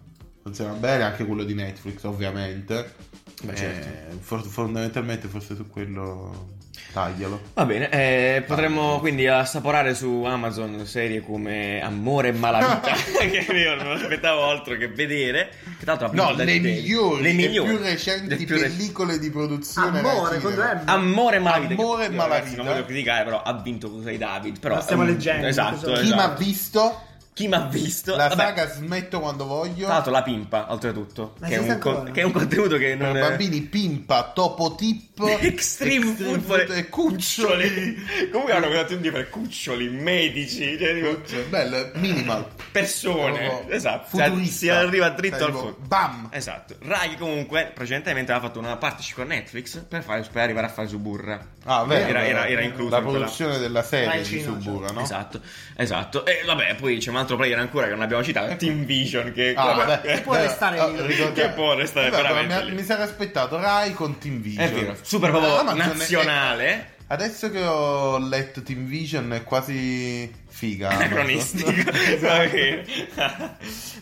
E: Funziona bene anche quello di Netflix, ovviamente.
C: Beh,
E: Eh,
C: certo.
E: for- fondamentalmente forse su quello taglialo.
C: Va bene, eh, potremmo quindi assaporare su Amazon serie come Amore e Malavita, che io non aspettavo altro che vedere. Che tra l'altro ha vinto
E: No,
C: Dead
E: le
C: Day.
E: migliori,
C: le
E: le
C: migliori,
E: più recenti
C: le più rec-
E: pellicole di produzione
D: Amore,
E: Rai
D: con
E: Cinema.
D: due M.
C: Amore e Malavita.
E: Amore e
C: Io, ragazzi,
E: Malavita.
C: Non voglio criticare, però ha vinto Cusei David. Però,
D: La stiamo
C: mm,
D: leggendo,
C: Esatto.
D: cosa-
E: Chi mi ha
C: esatto.
E: visto?
C: Chi m'ha visto?
E: La
C: Vabbè,
E: saga smetto quando voglio.
C: Tra l'altro la pimpa, oltretutto.
D: Ma
C: Che è,
D: esiste
C: un co-
D: ancora?
C: che è un contenuto che non
E: Per
C: è...
E: bambini Pimpa, Topo Tip,
C: eh. Extreme, Football
E: e Cuccioli.
C: Comunque hanno creato un dio per cuccioli, medici, cioè, tipo,
E: Cioè, Bello, minimal.
C: persone.
E: Proprio
C: Esatto.
E: futurista.
C: Cioè, si arriva dritto
E: Cioè,
C: al
E: tipo,
C: fondo.
E: Bam!
C: Esatto. Rai comunque precedentemente aveva fatto una partnership con Netflix per, fare, per arrivare a fare Suburra.
E: Ah, vero,
C: Era, era, era
E: vero.
C: incluso
E: La
C: in quella-
E: produzione della serie
D: Rai
E: di
D: Cinema,
E: Subura, no?
C: Esatto, esatto. E vabbè, poi c'è un altro player ancora che non abbiamo citato, Team Vision, che
E: Ah, vabbè,
C: che-
D: può
E: beh,
D: restare
E: ah,
D: lì.
E: ricordate-
C: Che può restare
E: Esatto,
C: veramente
E: mi-
C: lì.
E: Mi, sarei aspettato Rai con Team Vision. Eh,
C: È vero, super proprio
E: Amazon è- eh,
C: nazionale.
E: adesso che ho letto Team Vision è quasi figa. Amazon.
C: Anacronistico. Va bene.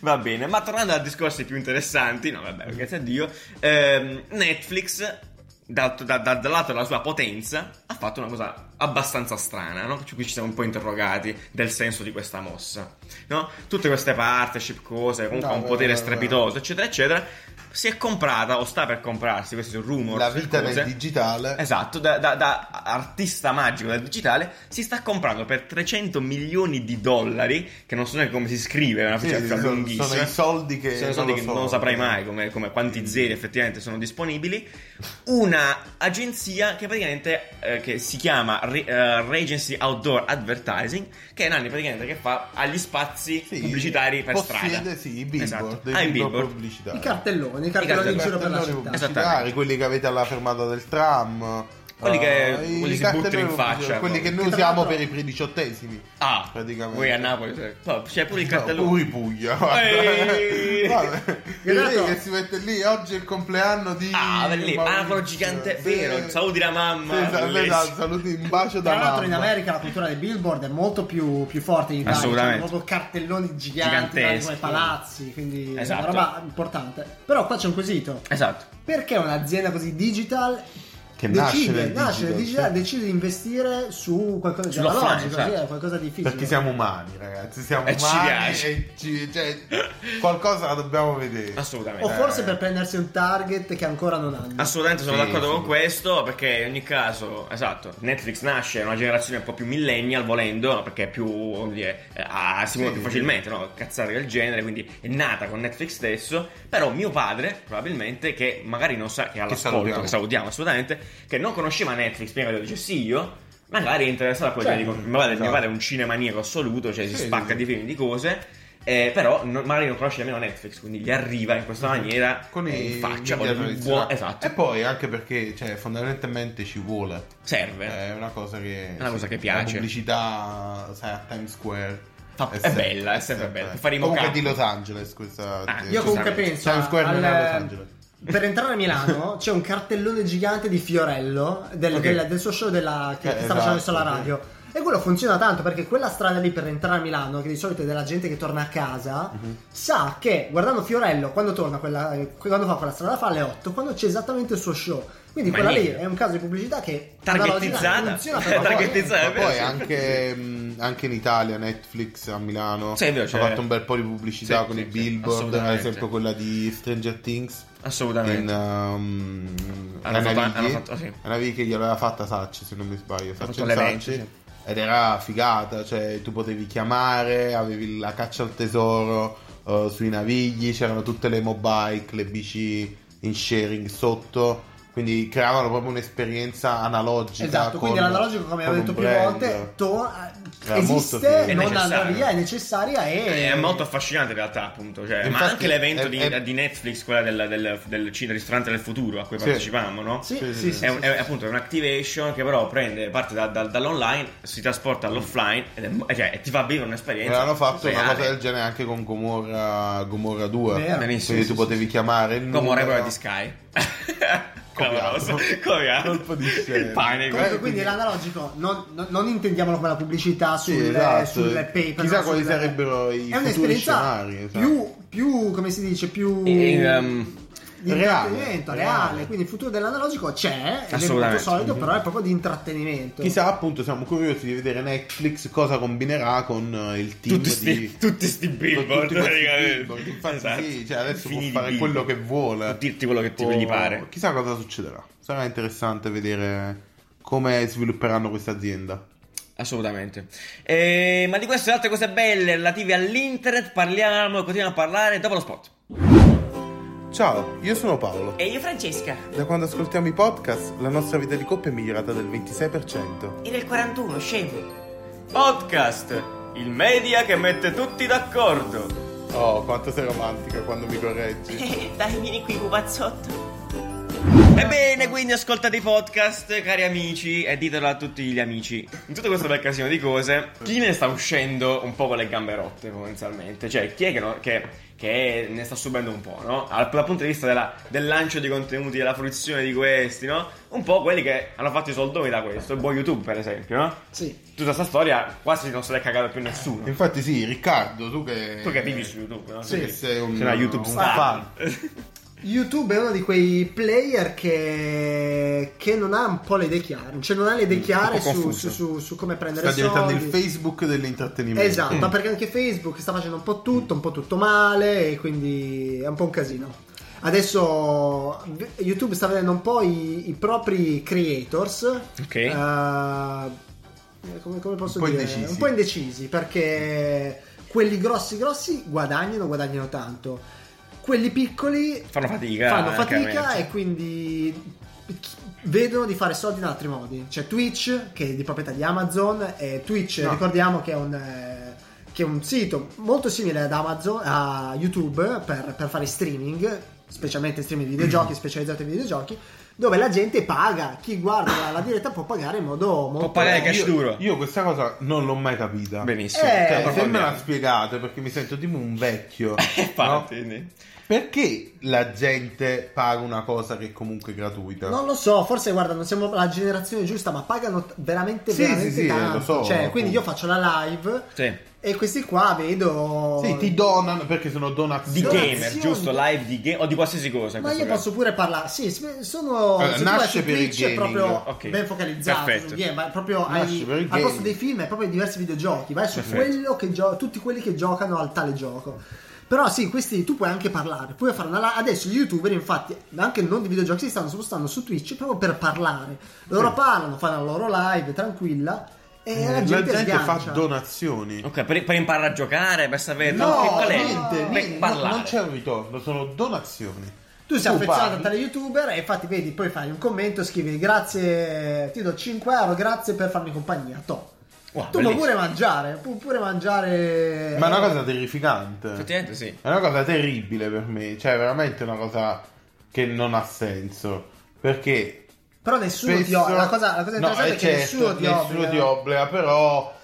C: Va bene, ma tornando a discorsi più interessanti, no, vabbè, grazie a Dio. ehm, Netflix, da- da- da- dal lato della sua potenza, ha fatto una cosa abbastanza strana, no? Ci- Qui ci siamo un po' interrogati del senso di questa mossa, no? Tutte queste partnership, cose, comunque
E: No,
C: ha un
E: beh,
C: potere
E: beh, beh.
C: strepitoso, eccetera, eccetera. si è comprata o sta per comprarsi, questo è un rumor.
E: La
C: su
E: vita
C: cose.
E: nel digitale.
C: Esatto, da, da- da artista magico del digitale si sta comprando per 300 milioni di dollari, che non so neanche come si scrive, è una
E: Sì,
C: cifra
E: sì, sono-
C: lunghissima.
E: sono i soldi che
C: sono i soldi
E: non
C: che
E: lo
C: non,
E: so.
C: saprai mai come, come quanti zeri effettivamente sono disponibili. Una agenzia che praticamente eh, che si chiama Re- eh, Regency Outdoor Advertising, che è Nanni praticamente che fa agli spazi
E: Sì,
C: pubblicitari per
E: possiede,
C: strada.
E: sì, i billboard,
C: Esatto.
E: i
C: Ah, i
E: billboard
C: billboard.
E: pubblicitari.
D: I cartelloni,
C: cartelloni
D: i cartelloni in giro per la
E: Cartelloni
D: città.
C: Esatto.
E: pubblicitari, quelli che avete alla fermata del tram.
C: Quelli che-
E: eh, i
C: quelli si buttano in
E: cartelloni
C: faccia,
E: pubblicitari, Quelli
C: proprio.
E: che noi
D: Che tra
E: usiamo
D: l'altro-
E: per i prediciottesimi.
C: Ah,
E: Praticamente.
C: Voi a Napoli cioè, no, c'è pure il cartellone.
E: Puri Puglia.
C: Ehi.
E: Vabbè.
D: Che tra l'altro-
E: Vedi che si mette lì oggi è il compleanno di
C: Ah, beh, lì,
E: Mm, Maurizio.
C: Apro gigante,
E: Sì.
C: vero, saluti la mamma.
E: Sì, esatto,
C: bellissimo.
E: esatto, saluti un bacio da
D: Tra l'altro in
E: mamma.
D: America la cultura del billboard è molto più, più forte in Italia,
C: Assolutamente.
D: C'hanno proprio cartelloni giganti,
C: Giganteschi.
D: come palazzi, quindi è
C: Esatto.
D: una roba importante. Però qua c'è un quesito.
C: Esatto.
D: Perché un'azienda così digital
E: Che nasce
D: decide,
E: nel
D: nasce
E: digital,
D: nel digitale,
E: sì.
D: decide di investire su qualcosa di
C: Sull'offline,
D: analogico, sì,
C: esatto.
D: è qualcosa di fisico?
E: Perché siamo umani, ragazzi, siamo
C: E Eh, ci
E: umani
C: piace.
E: e ci- cioè, qualcosa la dobbiamo vedere.
D: O
C: Assolutamente.
E: Eh.
D: forse per prendersi un target che ancora non hanno.
C: Assolutamente sono
E: Sì,
C: d'accordo
E: sì.
C: con questo perché in ogni caso, esatto, Netflix nasce una generazione un po' più millennial volendo perché è più, come dire, eh, ah, si muove
E: Sì,
C: più
E: sì.
C: facilmente, no? Cazzate del genere, quindi è nata con Netflix stesso, però mio padre probabilmente che magari non sa, che è all'ascolto, che
E: salutiamo.
C: salutiamo, assolutamente, che non conosceva Netflix prima che lo dicessi io, magari è interessato a quello
D: Cioè,
C: che dico, mio padre, mio
E: esatto.
C: padre è un cinemaniaco assoluto, cioè si
E: Sì,
C: spacca
E: sì.
C: di film, di cose. eh, però non- magari non conosce nemmeno Netflix, quindi gli arriva in questa maniera
E: Mhm. Con
C: eh,
E: i
C: in faccia, con
E: media
C: il buon,
E: tradizionali.
C: esatto.
E: E poi anche perché cioè, fondamentalmente ci vuole.
C: serve.
E: È una cosa che,
C: È una cosa che
E: La
C: piace.
E: pubblicità, sai, a Times Square. Eh,
C: Fa- è bella, è sempre bella. Fare i
E: Comunque è
C: mock-up.
E: di Los Angeles questa.
C: Ah,
E: eh,
D: Io comunque
C: Giustamente.
D: penso
E: Times Square non è
D: al-
E: Los Angeles.
D: Per entrare a Milano c'è un cartellone gigante di Fiorello del,
C: Ok.
D: del- del suo show della- che
E: Eh,
D: sta
E: esatto,
D: facendo adesso alla
E: sì.
D: radio. E quello funziona tanto perché quella strada lì per entrare a Milano, che di solito è della gente che torna a casa,
E: Mhm.
D: sa che guardando Fiorello, quando torna quella, eh, quando fa quella strada fa alle 8, quando c'è esattamente il suo show. Quindi quella lì
C: Magnifico.
D: è un caso di pubblicità che
C: Targetizzata.
D: analogica, funziona
E: Ma
D: per
E: poi-
C: Targetizzare,
E: ma
C: è vero,
E: poi
C: Esatto, sì.
E: anche, mh, anche in Italia Netflix a Milano
C: Sì, è vero,
E: ha
C: c'è-
E: fatto un bel po' di pubblicità
C: Sì,
E: con
C: sì,
E: i
C: sì,
E: billboard ad
C: assolutamente.
E: esempio quella di Stranger Things in
C: Assolutamente.
E: um,
C: Hanno
E: Anna
C: fatto- hanno
E: Vighi.
C: fatto- sì.
E: Anna Vighi che gliel'aveva fatta Sacci se non mi sbaglio Sacci
C: fatto
E: e
C: l'evento,
E: Sacci.
C: sì.
E: ed era figata cioè tu potevi chiamare avevi la caccia al tesoro eh, sui navigli c'erano tutte le mobike le bici in sharing sotto quindi creavano proprio un'esperienza analogica
D: Esatto, quindi
E: con-
D: l'analogico, come
E: con
D: avevo detto
E: un
D: più
E: brand.
D: volte, to-
E: Era molto
D: esiste,
E: figo. È
D: non andrà
C: necessario.
D: via, è necessaria e...
C: È molto affascinante in realtà, appunto. cioè, ma
E: Infatti,
C: anche l'evento
E: è-
C: di,
E: è-
C: di Netflix, quella del, del, del cin- ristorante del futuro a cui
E: Sì.
C: partecipavamo, no?
D: Sì,
E: Sì,
D: sì,
E: sì,
D: sì,
E: sì.
C: È, un-
D: sì,
C: è-
D: sì.
C: appunto è un'activation che però prende, parte da- da- dall'online, si trasporta all'offline ed è mo- cioè, e ti fa vivere
E: E
C: un'esperienza.
E: hanno fatto una
C: reale.
E: cosa del genere anche con Gomorra, Gomorra 2.
D: Vero.
C: Esatto. Benissimo,
E: Quindi
C: sì,
E: tu
C: sì,
E: potevi chiamare il
C: Come
E: numero.
C: ora quella di Sky.
E: Copiato.
C: Clamoroso. Copiato.
E: Colpo di scena.
C: Il panico.
E: Eh,
D: Comunque, quindi
E: quindi-
D: l'analogico non, non- non intendiamolo come la pubblicità sul,
E: Sì, esatto.
D: sul paper.
E: Chissà
D: no,
E: quali
D: sul-
E: sarebbero i
D: È
E: futuri
D: un'esperienza
E: scenari, esatto.
D: più, più, come si dice, più
C: E, ehm,
D: di
E: reale,
D: intrattenimento,
E: reale. Mm-hmm.
D: reale. Quindi il futuro dell'analogico c'è, ed è molto
C: Assolutamente.
D: solido, però è proprio di intrattenimento.
E: Chissà, appunto, siamo curiosi di vedere Netflix cosa combinerà con eh, il team
C: Tutti
E: di
C: sti, tutti sti billboard,
E: con tutti questi
C: praticamente.
E: billboard. Infatti,
C: Esatto.
E: sì, cioè, adesso
C: Infiniti
E: può fare quello
C: billboard.
E: che vuole.
C: Può dirti quello che ti
E: Può-
C: gli pare.
E: Chissà cosa succederà. Sarà interessante vedere come svilupperanno questa azienda.
C: Assolutamente. Eh, ma di queste e altre cose belle relative all'internet parliamo e continuiamo a parlare dopo lo spot.
E: Ciao, io sono Paolo.
F: E io Francesca.
E: Da quando ascoltiamo i podcast, la nostra vita di coppia è migliorata del 26%.
F: E nel 41, scemo.
C: Podcast, il media che mette tutti d'accordo.
E: Oh, quanto sei romantica quando mi correggi.
F: Dai, vieni qui, pupazzotto.
C: Ebbene, quindi ascoltate i podcast, cari amici, e ditelo a tutti gli amici. In tutto questo bel casino di cose, chi ne sta uscendo un po' con le gambe rotte, potenzialmente? Cioè, chi è che, no- che- che ne sta subendo un po', no? Al- Dal punto di vista della- del lancio di contenuti, della fruizione di questi, no? Un po' quelli che hanno fatto i soldoni da questo, il buon YouTube, per esempio, no?
D: Sì.
C: Tutta questa storia quasi non se l'è cagato più nessuno.
E: Infatti sì, Riccardo, tu che...
C: Tu che vivi su YouTube, no?
E: Sì,
C: Sei-
E: che sei un,
C: sei una YouTube
E: un
C: star.
D: YouTube è uno di quei player che, che non ha un po' le idee chiare, cioè non ha le
E: Mm,
D: idee chiare su,
E: confuso.
D: su- su- su come prendere
E: Sta diventando il
D: soldi.
E: Facebook dell'intrattenimento.
D: Esatto,
C: Mm.
D: ma perché anche Facebook sta facendo un po' tutto, un po' tutto male e quindi è un po' un casino. Adesso YouTube sta vedendo un po' i, i propri creators.
C: Ok.
D: eh, come, come posso
E: Un po'
D: dire?
E: indecisi.
D: Un po' indecisi perché quelli grossi grossi guadagnano, guadagnano tanto. Quelli piccoli
C: Fanno fatica, eh,
D: fanno fatica
C: chiaramente.
D: e quindi chi- vedono di fare soldi in altri modi. C'è Twitch che è di proprietà di Amazon e Twitch
E: No.
D: ricordiamo che è un eh, che è un sito molto simile ad Amazon a YouTube per, per fare streaming, specialmente streaming di videogiochi, specializzato in videogiochi, dove la gente paga, chi guarda la, la diretta può pagare in modo molto
C: pagare cash
E: io,
C: duro.
E: io questa cosa non l'ho mai capita.
C: Benissimo.
D: Eh,
E: Cioè, se me
C: approfondiamo.
E: la spiegate perché mi sento tipo un vecchio. no?
C: Infatti,
E: Perché la gente paga una cosa che è comunque gratuita?
D: Non lo so, forse guarda, non siamo la generazione giusta, ma pagano t- veramente
E: Sì,
D: veramente
E: sì, sì,
D: tanto.
E: lo so,
D: cioè, quindi io
E: appunto.
D: faccio la live
C: Sì.
D: e questi qua vedo
E: Sì, ti donano perché sono
C: Di
E: donazioni.
D: Donazioni.
C: gamer, giusto? Live di game o di qualsiasi cosa. in
D: Ma
C: questo
D: io
C: caso.
D: posso pure parlare. Sì, sp- sono
E: Allora,
D: se tu
E: nasce
D: vai su
E: per il
D: Twitch è
E: gaming.
D: proprio
C: Ok.
D: ben focalizzato
C: Perfetto.
D: sul game, ma proprio
E: Nasce
D: ai-
E: per il
D: al posto
E: gaming.
D: dei film è proprio ai diversi videogiochi, vai su
C: Perfetto.
D: quello che gio- tutti quelli che giocano al tale gioco. Però sì, questi tu puoi anche parlare, puoi fare una la- adesso gli youtuber infatti anche non di videogiochi si stanno spostando su Twitch proprio per parlare. Loro parlano, fanno la loro live tranquilla e
E: Eh,
D: la gente,
E: fa
D: sgancia.
E: donazioni.
C: Ok, per, per imparare a giocare, per sapere
D: No,
C: che qual è
E: niente,
C: per
E: niente, no,
C: parlare.
E: non c'è un ritorno, sono donazioni.
D: Tu sei affezionato a
E: parli.
D: tale youtuber e infatti vedi, poi fai un commento, scrivi grazie, ti do 5 euro, grazie per farmi compagnia, to.
C: Wow,
D: tu puoi
C: bellissimo.
D: pure mangiare, puoi pure mangiare...
E: Ma è una cosa terrificante.
C: Effettivamente sì.
E: È una cosa terribile per me, cioè è veramente una cosa che non ha senso. Perché
D: Però nessuno ti
E: Spesso-
D: obbliga, la cosa, la cosa
E: No,
D: interessante
E: eh,
D: è che
E: certo,
D: nessuno ti obbliga.
E: ti obbliga, però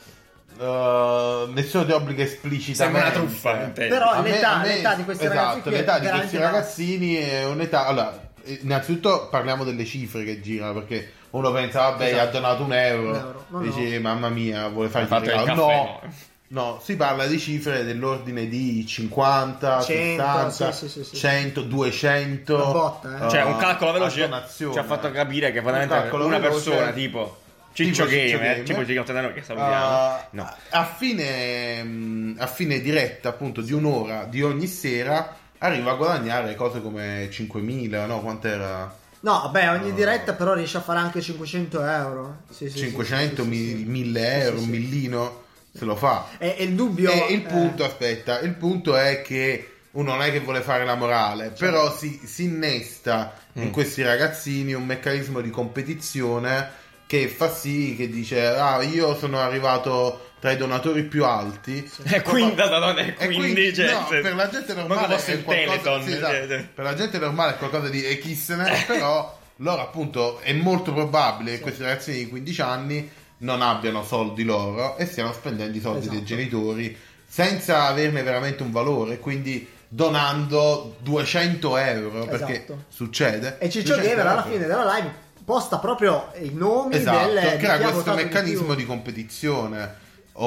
E: eh, nessuno ti obbliga
C: Sembra
E: esplicitamente.
C: una truffa. intendi.
D: Però
E: A me-
D: l'età-
E: a me-
D: l'età di questi
E: esatto,
D: ragazzi qui è
E: l'età di questi
D: veramente
E: ragazzini è un'età. Allora, innanzitutto parliamo delle cifre che girano perché uno pensa, vabbè,
D: Esatto.
E: ha donato un euro,
D: Un euro, ma no.
E: dice, mamma mia, vuole fargli un
C: Fatto il
E: regalo.
C: caffè,
E: No, no, si parla di cifre dell'ordine di 50,
D: 100,
E: 60,
D: sì, sì, sì, sì.
E: 100, 200.
D: Una botta, eh.
C: Cioè, un calcolo
E: a
C: veloce
E: donazione.
C: ci ha fatto capire che
E: Ah, Un
C: fondamentalmente
E: calcolo
C: una
E: veloce.
C: persona tipo Ciccio
E: Tipo Ciccio
C: Gamer,
E: Gamer.
C: Ciccio Gamer che salutiamo,
E: Ah,
C: no.
E: A fine, mh, a fine diretta, appunto, di un'ora di ogni sera, arriva a guadagnare cose come 5.000, no? Quant'era?
D: No, vabbè, ogni diretta però riesce a fare anche 500 euro. Sì, sì, sì,
E: 500,
D: sì, sì,
E: mi-
D: sì.
E: 1000 euro,
D: Sì, sì.
E: un millino, se lo fa.
D: E, e il dubbio...
E: E il
D: eh,
E: punto, aspetta, il punto è che uno non è che vuole fare la morale,
D: Certo.
E: però si, si innesta in questi ragazzini un meccanismo di competizione che fa sì che dice, ah, io sono arrivato tra i donatori più alti.
C: E quindi, da donna, e
E: E
C: quindi,
E: quindi,
C: cioè,
E: no,
C: se-
E: per la gente
C: manco
E: normale
C: fosse
E: è
C: il
E: qualcosa,
C: Teleton,
E: sì, esatto.
C: cioè, cioè.
E: per la gente normale è qualcosa di e chi se ne però loro appunto è molto probabile che questi ragazzini di 15 anni non abbiano soldi loro e stiano spendendo i soldi dei
D: Esatto.
E: genitori senza averne veramente un valore, quindi donando 200 euro perché
D: Esatto.
E: succede.
D: E Ciccio
E: 200
D: Gamer alla
E: euro.
D: fine della live posta proprio i nomi
E: Esatto,
D: delle... di
E: crea
D: chi ha
E: questo
D: votato di
E: meccanismo
D: più.
E: di competizione,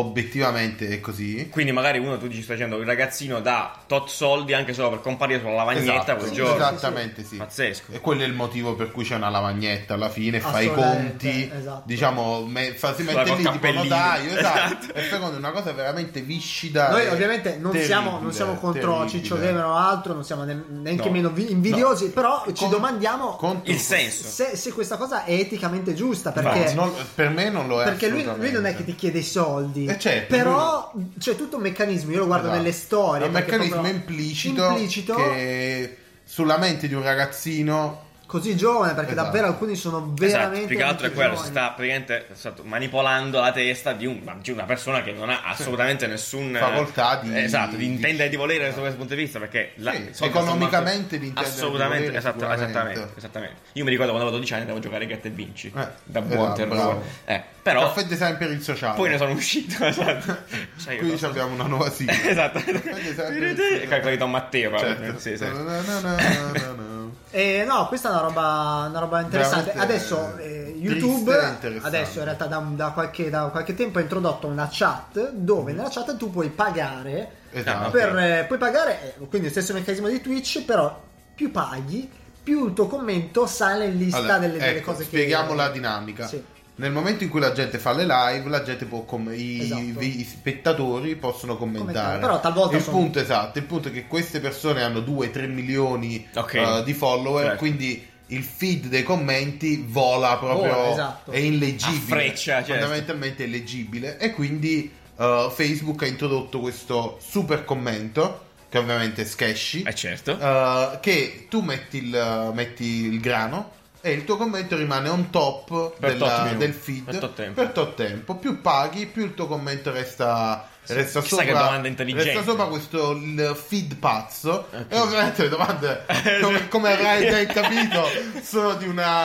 E: obiettivamente è così.
C: quindi magari uno tu ci stai facendo il ragazzino da tot soldi anche solo per comparire sulla lavagnetta
E: Esatto,
C: quel
E: sì,
C: giorno.
E: Esattamente sì.
C: Pazzesco.
E: E quello è il motivo per cui c'è una lavagnetta alla fine, fa i
D: Assolutamente,
E: conti,
D: esatto.
E: diciamo, me- fa- si
C: Sulla
E: mette lì
C: col
E: tipo
C: cappellino.
E: notaio, esatto.
C: Esatto.
E: E secondo una cosa veramente viscida.
D: Noi
E: e
D: ovviamente non
E: terribile,
D: siamo, non siamo contro
E: terribile.
D: Ciccio Gamer o altro, non siamo ne- neanche
C: No,
D: meno vi- invidiosi, però ci
E: Con-
D: domandiamo
E: contro-
C: Il senso.
D: se, se questa cosa è eticamente giusta,
E: No,
D: perché,
E: non- per me non lo è.
D: perché lui, lui non è
E: assolutamente.
D: che ti chiede i soldi,
E: Eh, certo,
D: però c'è tutto un meccanismo, io lo guardo
E: Esatto.
D: nelle storie.
E: È un
D: perché
E: meccanismo
D: proprio-
E: implicito,
D: implicito,
E: che sulla mente di un ragazzino
D: così giovane, perché
E: Esatto.
D: davvero alcuni sono veramente...
C: Esatto, più che altro è
D: molto
C: quello, si
D: giovani.
C: sta praticamente stato manipolando la testa di, un- di una persona che non ha assolutamente nessun
E: Facoltà di-
C: esatto, di
E: di-
C: intendere di volere da questo punto di vista perché la-
E: Sì,
C: so-
E: economicamente di intendere di
C: assolutamente,
E: volere,
C: esatto,
E: sicuramente.
C: esattamente, esattamente. Io mi ricordo quando avevo 12 anni andavo a giocare a Gratta e Vinci
E: Eh,
C: da buon
E: esatto,
C: terrore.
E: bravo.
C: Eh, però
E: caffè design per il sociale.
C: poi ne sono uscito, esatto. Sai,
E: Quindi
C: cosa-
E: abbiamo una nuova sigla.
C: Esatto.
E: esatto.
C: E calcoli Don Matteo, proprio.
E: Certo.
C: Sì, sì.
E: No, no, no, no, no, no.
D: Eh, no, questa è una roba, una roba interessante.
E: Veramente,
D: adesso eh,
E: eh,
D: YouTube,
E: triste e interessante.
D: adesso in realtà da, da qualche, da qualche tempo ha introdotto una chat dove nella chat tu puoi pagare,
E: Esatto.
D: per, eh, puoi pagare, eh, quindi lo stesso meccanismo di Twitch, però più paghi, più il tuo commento sale in lista
E: Allora,
D: delle, delle
E: ecco,
D: cose che... eh,
E: spieghiamo la dinamica.
D: Sì.
E: Nel momento in cui la gente fa le live, la gente può com- i,
D: Esatto.
E: i- i spettatori possono commentare.
D: Commentare, però talvolta
E: il
D: sono-
E: punto esatto, il punto è che queste persone hanno 2-3 milioni
C: Ok.
E: eh, di follower,
C: Certo.
E: quindi il feed dei commenti vola proprio
D: Vola, esatto.
E: è illeggibile,
C: A freccia, certo.
E: fondamentalmente è illeggibile e quindi eh, Facebook ha introdotto questo super commento che ovviamente è sketchy.
C: Eh certo.
E: Uh, che tu metti il, metti il grano e il tuo commento rimane on top
C: Per
E: della-
C: tot minuti,
E: del feed
C: per tot tempo.
E: per tot tempo. Più paghi, più il tuo commento resta. Resta
C: chissà
E: sopra,
C: che domanda intelligente. Eh,
E: resta sopra questo il feed pazzo.
C: Ok.
E: E ovviamente le
C: Eh,
E: domande, come, come avrai già capito, sono di una.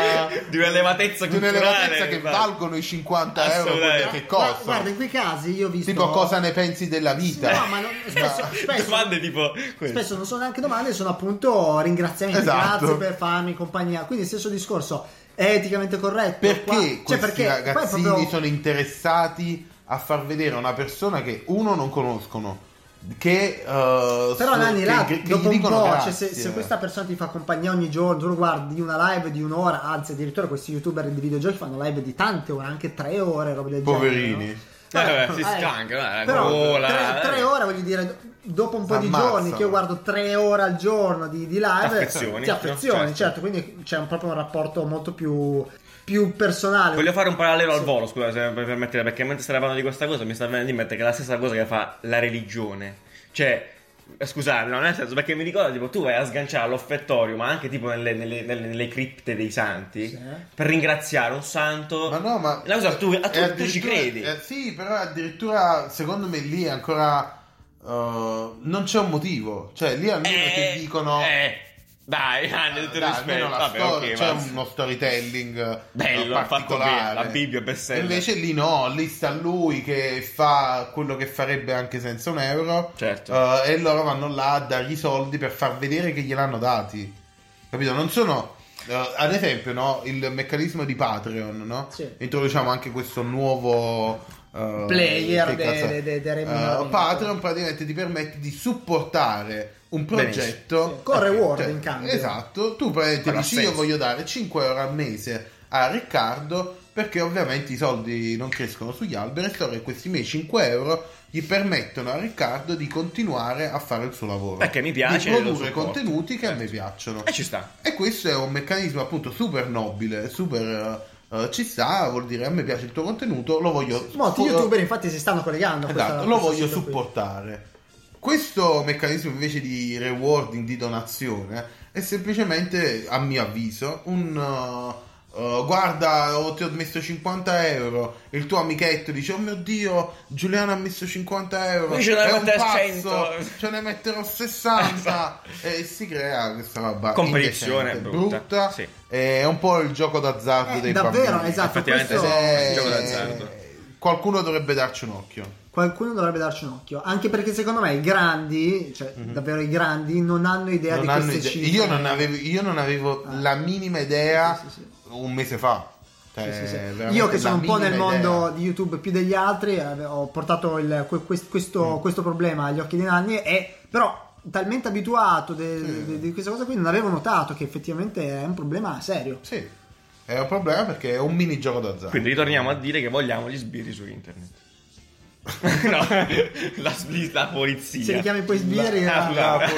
C: Di un'elevatezza
E: di un'elevatezza
C: culturale, esatto.
E: che
C: infatti.
E: valgono i 50 euro.
C: Assolutamente.
E: quelle Che
D: Guarda,
E: costano.
D: guarda, in quei casi io ho visto.
E: Tipo, cosa ne pensi della vita?
D: No, ma non- spesso, spesso-
C: Domande tipo queste.
D: spesso non sono neanche domande, sono appunto ringraziamenti.
E: Esatto.
D: Grazie per farmi compagnia. Quindi, stesso discorso è eticamente corretto.
E: perché
D: Qua-
E: questi
D: cioè, perché qua è
E: ragazzini
D: proprio-
E: sono interessati a far vedere una persona che uno non conoscono che eh,
D: Però
E: so-
D: Nani,
E: che-
D: là,
E: che- che
D: dopo
E: gli
D: un
E: dicono
D: po',
E: grazie. eh.
D: cioè, se, se questa persona ti fa compagnia ogni giorno, tu lo guardi una live di un'ora, anzi addirittura questi youtuber di videogiochi fanno live di tante ore, anche tre ore, robe del
E: poverini
D: genere. no?
C: Eh,
D: Eh,
C: si scanca, guarda,
D: però
C: gola,
D: tre, tre
C: eh.
D: ore voglio dire, dopo un po' di
E: S'ammazzano.
D: giorni che io guardo tre ore al giorno di, di live,
C: T'affezioni,
D: ti affezioni,
C: no? Certo.
D: certo. quindi c'è un- proprio un rapporto molto più, più personale.
C: Voglio fare un parallelo al volo, scusa se mi puoi permettere, perché mentre stai parlando di questa cosa mi sta venendo in mente che è la stessa cosa che fa la religione. Cioè, eh, scusate, no, nel senso, perché mi ricordo, tipo, tu vai a sganciare all'offettorio, ma anche tipo nelle, nelle- nelle- nelle cripte dei santi,
D: Sì. eh.
C: per ringraziare un santo.
E: ma no ma
C: La cosa, tu, a-
E: e
C: tu- tu ci
E: addirittura-
C: credi.
E: eh, sì però addirittura secondo me lì è ancora eh, non c'è un motivo cioè lì almeno
C: Eh,
E: ti dicono
C: Eh, dai, hanno tutto il
E: Dai,
C: rispetto.
E: almeno la
C: Vabbè,
E: storia,
C: ok,
E: c'è
C: va.
E: uno storytelling eh,
C: Bello, fatto
E: particolare.
C: bene, la Bibbia bestseller.
E: Invece lì no, lì sta lui che fa quello che farebbe anche senza un euro.
C: Certo.
E: eh, e loro vanno là a dargli i soldi per far vedere che gliel'hanno dati. Capito? Non sono. eh, ad esempio, no, il meccanismo di Patreon, no?
D: Sì.
E: Introduciamo anche questo nuovo. eh,
D: Player
E: che
D: de-
E: cazzo è?
D: de- de- de-
E: Eh,
D: remunerati.
E: Patreon praticamente ti permette di supportare un
C: Benissimo.
E: progetto
D: Sì, con reward
E: Cioè,
D: in cambio.
E: esatto tu prendi
C: Però ha
E: dici io
C: senso.
E: voglio dare 5 euro al mese a Riccardo perché ovviamente i soldi non crescono sugli alberi e so che questi miei 5 euro gli permettono a Riccardo di continuare a fare il suo lavoro
C: Perché mi piace e
E: di
C: lo
E: produrre
C: supporto. Certo. Eh,
E: contenuti che a me piacciono
C: E ci sta.
E: e questo è un meccanismo appunto super nobile super eh, ci sta vuol dire a me piace il tuo contenuto lo voglio
D: Molti
E: fu-
D: youtuber infatti si stanno collegando. a questa-
E: Esatto,
D: a
E: lo
D: questo
E: voglio
D: sito qui.
E: supportare. Questo meccanismo invece di rewarding, di donazione, è semplicemente, a mio avviso, un... uh, uh, guarda, oh, ti ho messo 50 euro. Il tuo amichetto dice: Oh mio dio, Giuliano ha messo 50 euro.
C: Io ce ne
E: è un
C: metterò
E: pazzo,
C: 100."
E: ce ne metterò
C: Esatto.
E: 60. e si crea questa roba
C: Competizione
E: indecente,
C: brutta,
E: brutta.
C: sì.
E: È un po' il gioco d'azzardo
D: Eh,
E: dei
D: davvero,
E: bambini.
D: esatto.
C: Effettivamente
D: questo-
C: sì.
E: Eh,
C: Il gioco d'azzardo.
E: Qualcuno dovrebbe darci un occhio.
D: Qualcuno dovrebbe darci un occhio, anche perché secondo me i grandi, cioè davvero i grandi, non hanno idea
E: Mhm. Non
D: di
E: hanno
D: queste
E: idea-
D: cifre.
E: Io non avevo, io non avevo
D: Ah.
E: la minima idea
D: Sì, sì,
E: un mese fa. Cioè,
D: Sì, sì, sì.
E: veramente
D: Io che sono
E: la
D: un po' nel
E: minima idea.
D: mondo di YouTube più degli altri, eh, ho portato il- que- quest- questo,
E: Mm.
D: questo problema agli occhi di Nanni e però talmente abituato de-
E: Sì.
D: de- di questa cosa qui non avevo notato che effettivamente è un problema serio.
E: Sì, è un problema perché è un minigioco d'azzardo.
C: Quindi ritorniamo a dire che vogliamo gli sbirri su internet. no, la, sbi- la polizia.
D: Se li chiami poi sbirri,
C: Ah,
D: eh,
C: scusate.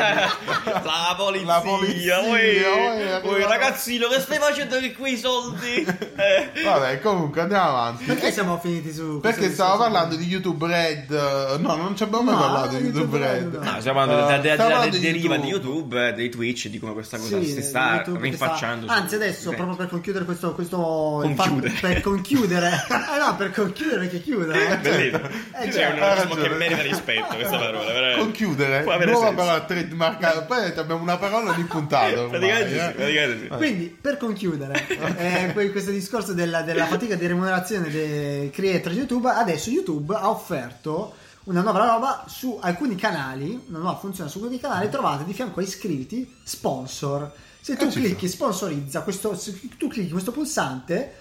C: La polizia,
E: La polizia,
C: uè.
E: uè, arriva-
C: Uè, ragazzino, che stai facendo di quei soldi? Eh.
E: Vabbè, comunque andiamo avanti.
D: perché
E: Eh,
D: siamo finiti su
E: perché
D: questo
E: stavo
D: discorso?
E: parlando di YouTube Red. eh, No, non ci abbiamo mai
D: No,
E: parlato di YouTube, Red.
D: no.
C: No, stiamo parlando della- della-
E: Eh, stiamo
C: della
E: parlando
C: deriva di YouTube, eh, dei Twitch, di come questa cosa
D: Sì, eh,
C: si sta
D: YouTube che
C: rinfacciando.
D: sta-
C: su-
D: Anzi, adesso,
C: su-
D: proprio per conchiudere questo. questo
C: Conchiudere.
D: per conchiudere. eh no, per conchiudere che chiude.
C: Bellissimo.
D: Eh,
C: Cioè, è un
E: hai
C: organismo che
E: ragione.
C: merita rispetto questa parola. veramente.
E: Conchiudere,
C: Può
E: nuova
C: avere senso.
E: parola trademarkata. Poi abbiamo una parola ogni puntata. ormai,
C: Praticamente sì,
E: eh.
C: praticamente sì.
D: Quindi, per conchiudere eh, que- questo discorso della, della fatica di remunerazione dei creator di YouTube, adesso YouTube ha offerto una nuova roba su alcuni canali, una nuova funzione su alcuni canali, trovate di fianco a iscritti sponsor. Se
C: Eh,
D: tu
E: ci
D: clicchi sponsorizza, questo, se tu clicchi questo pulsante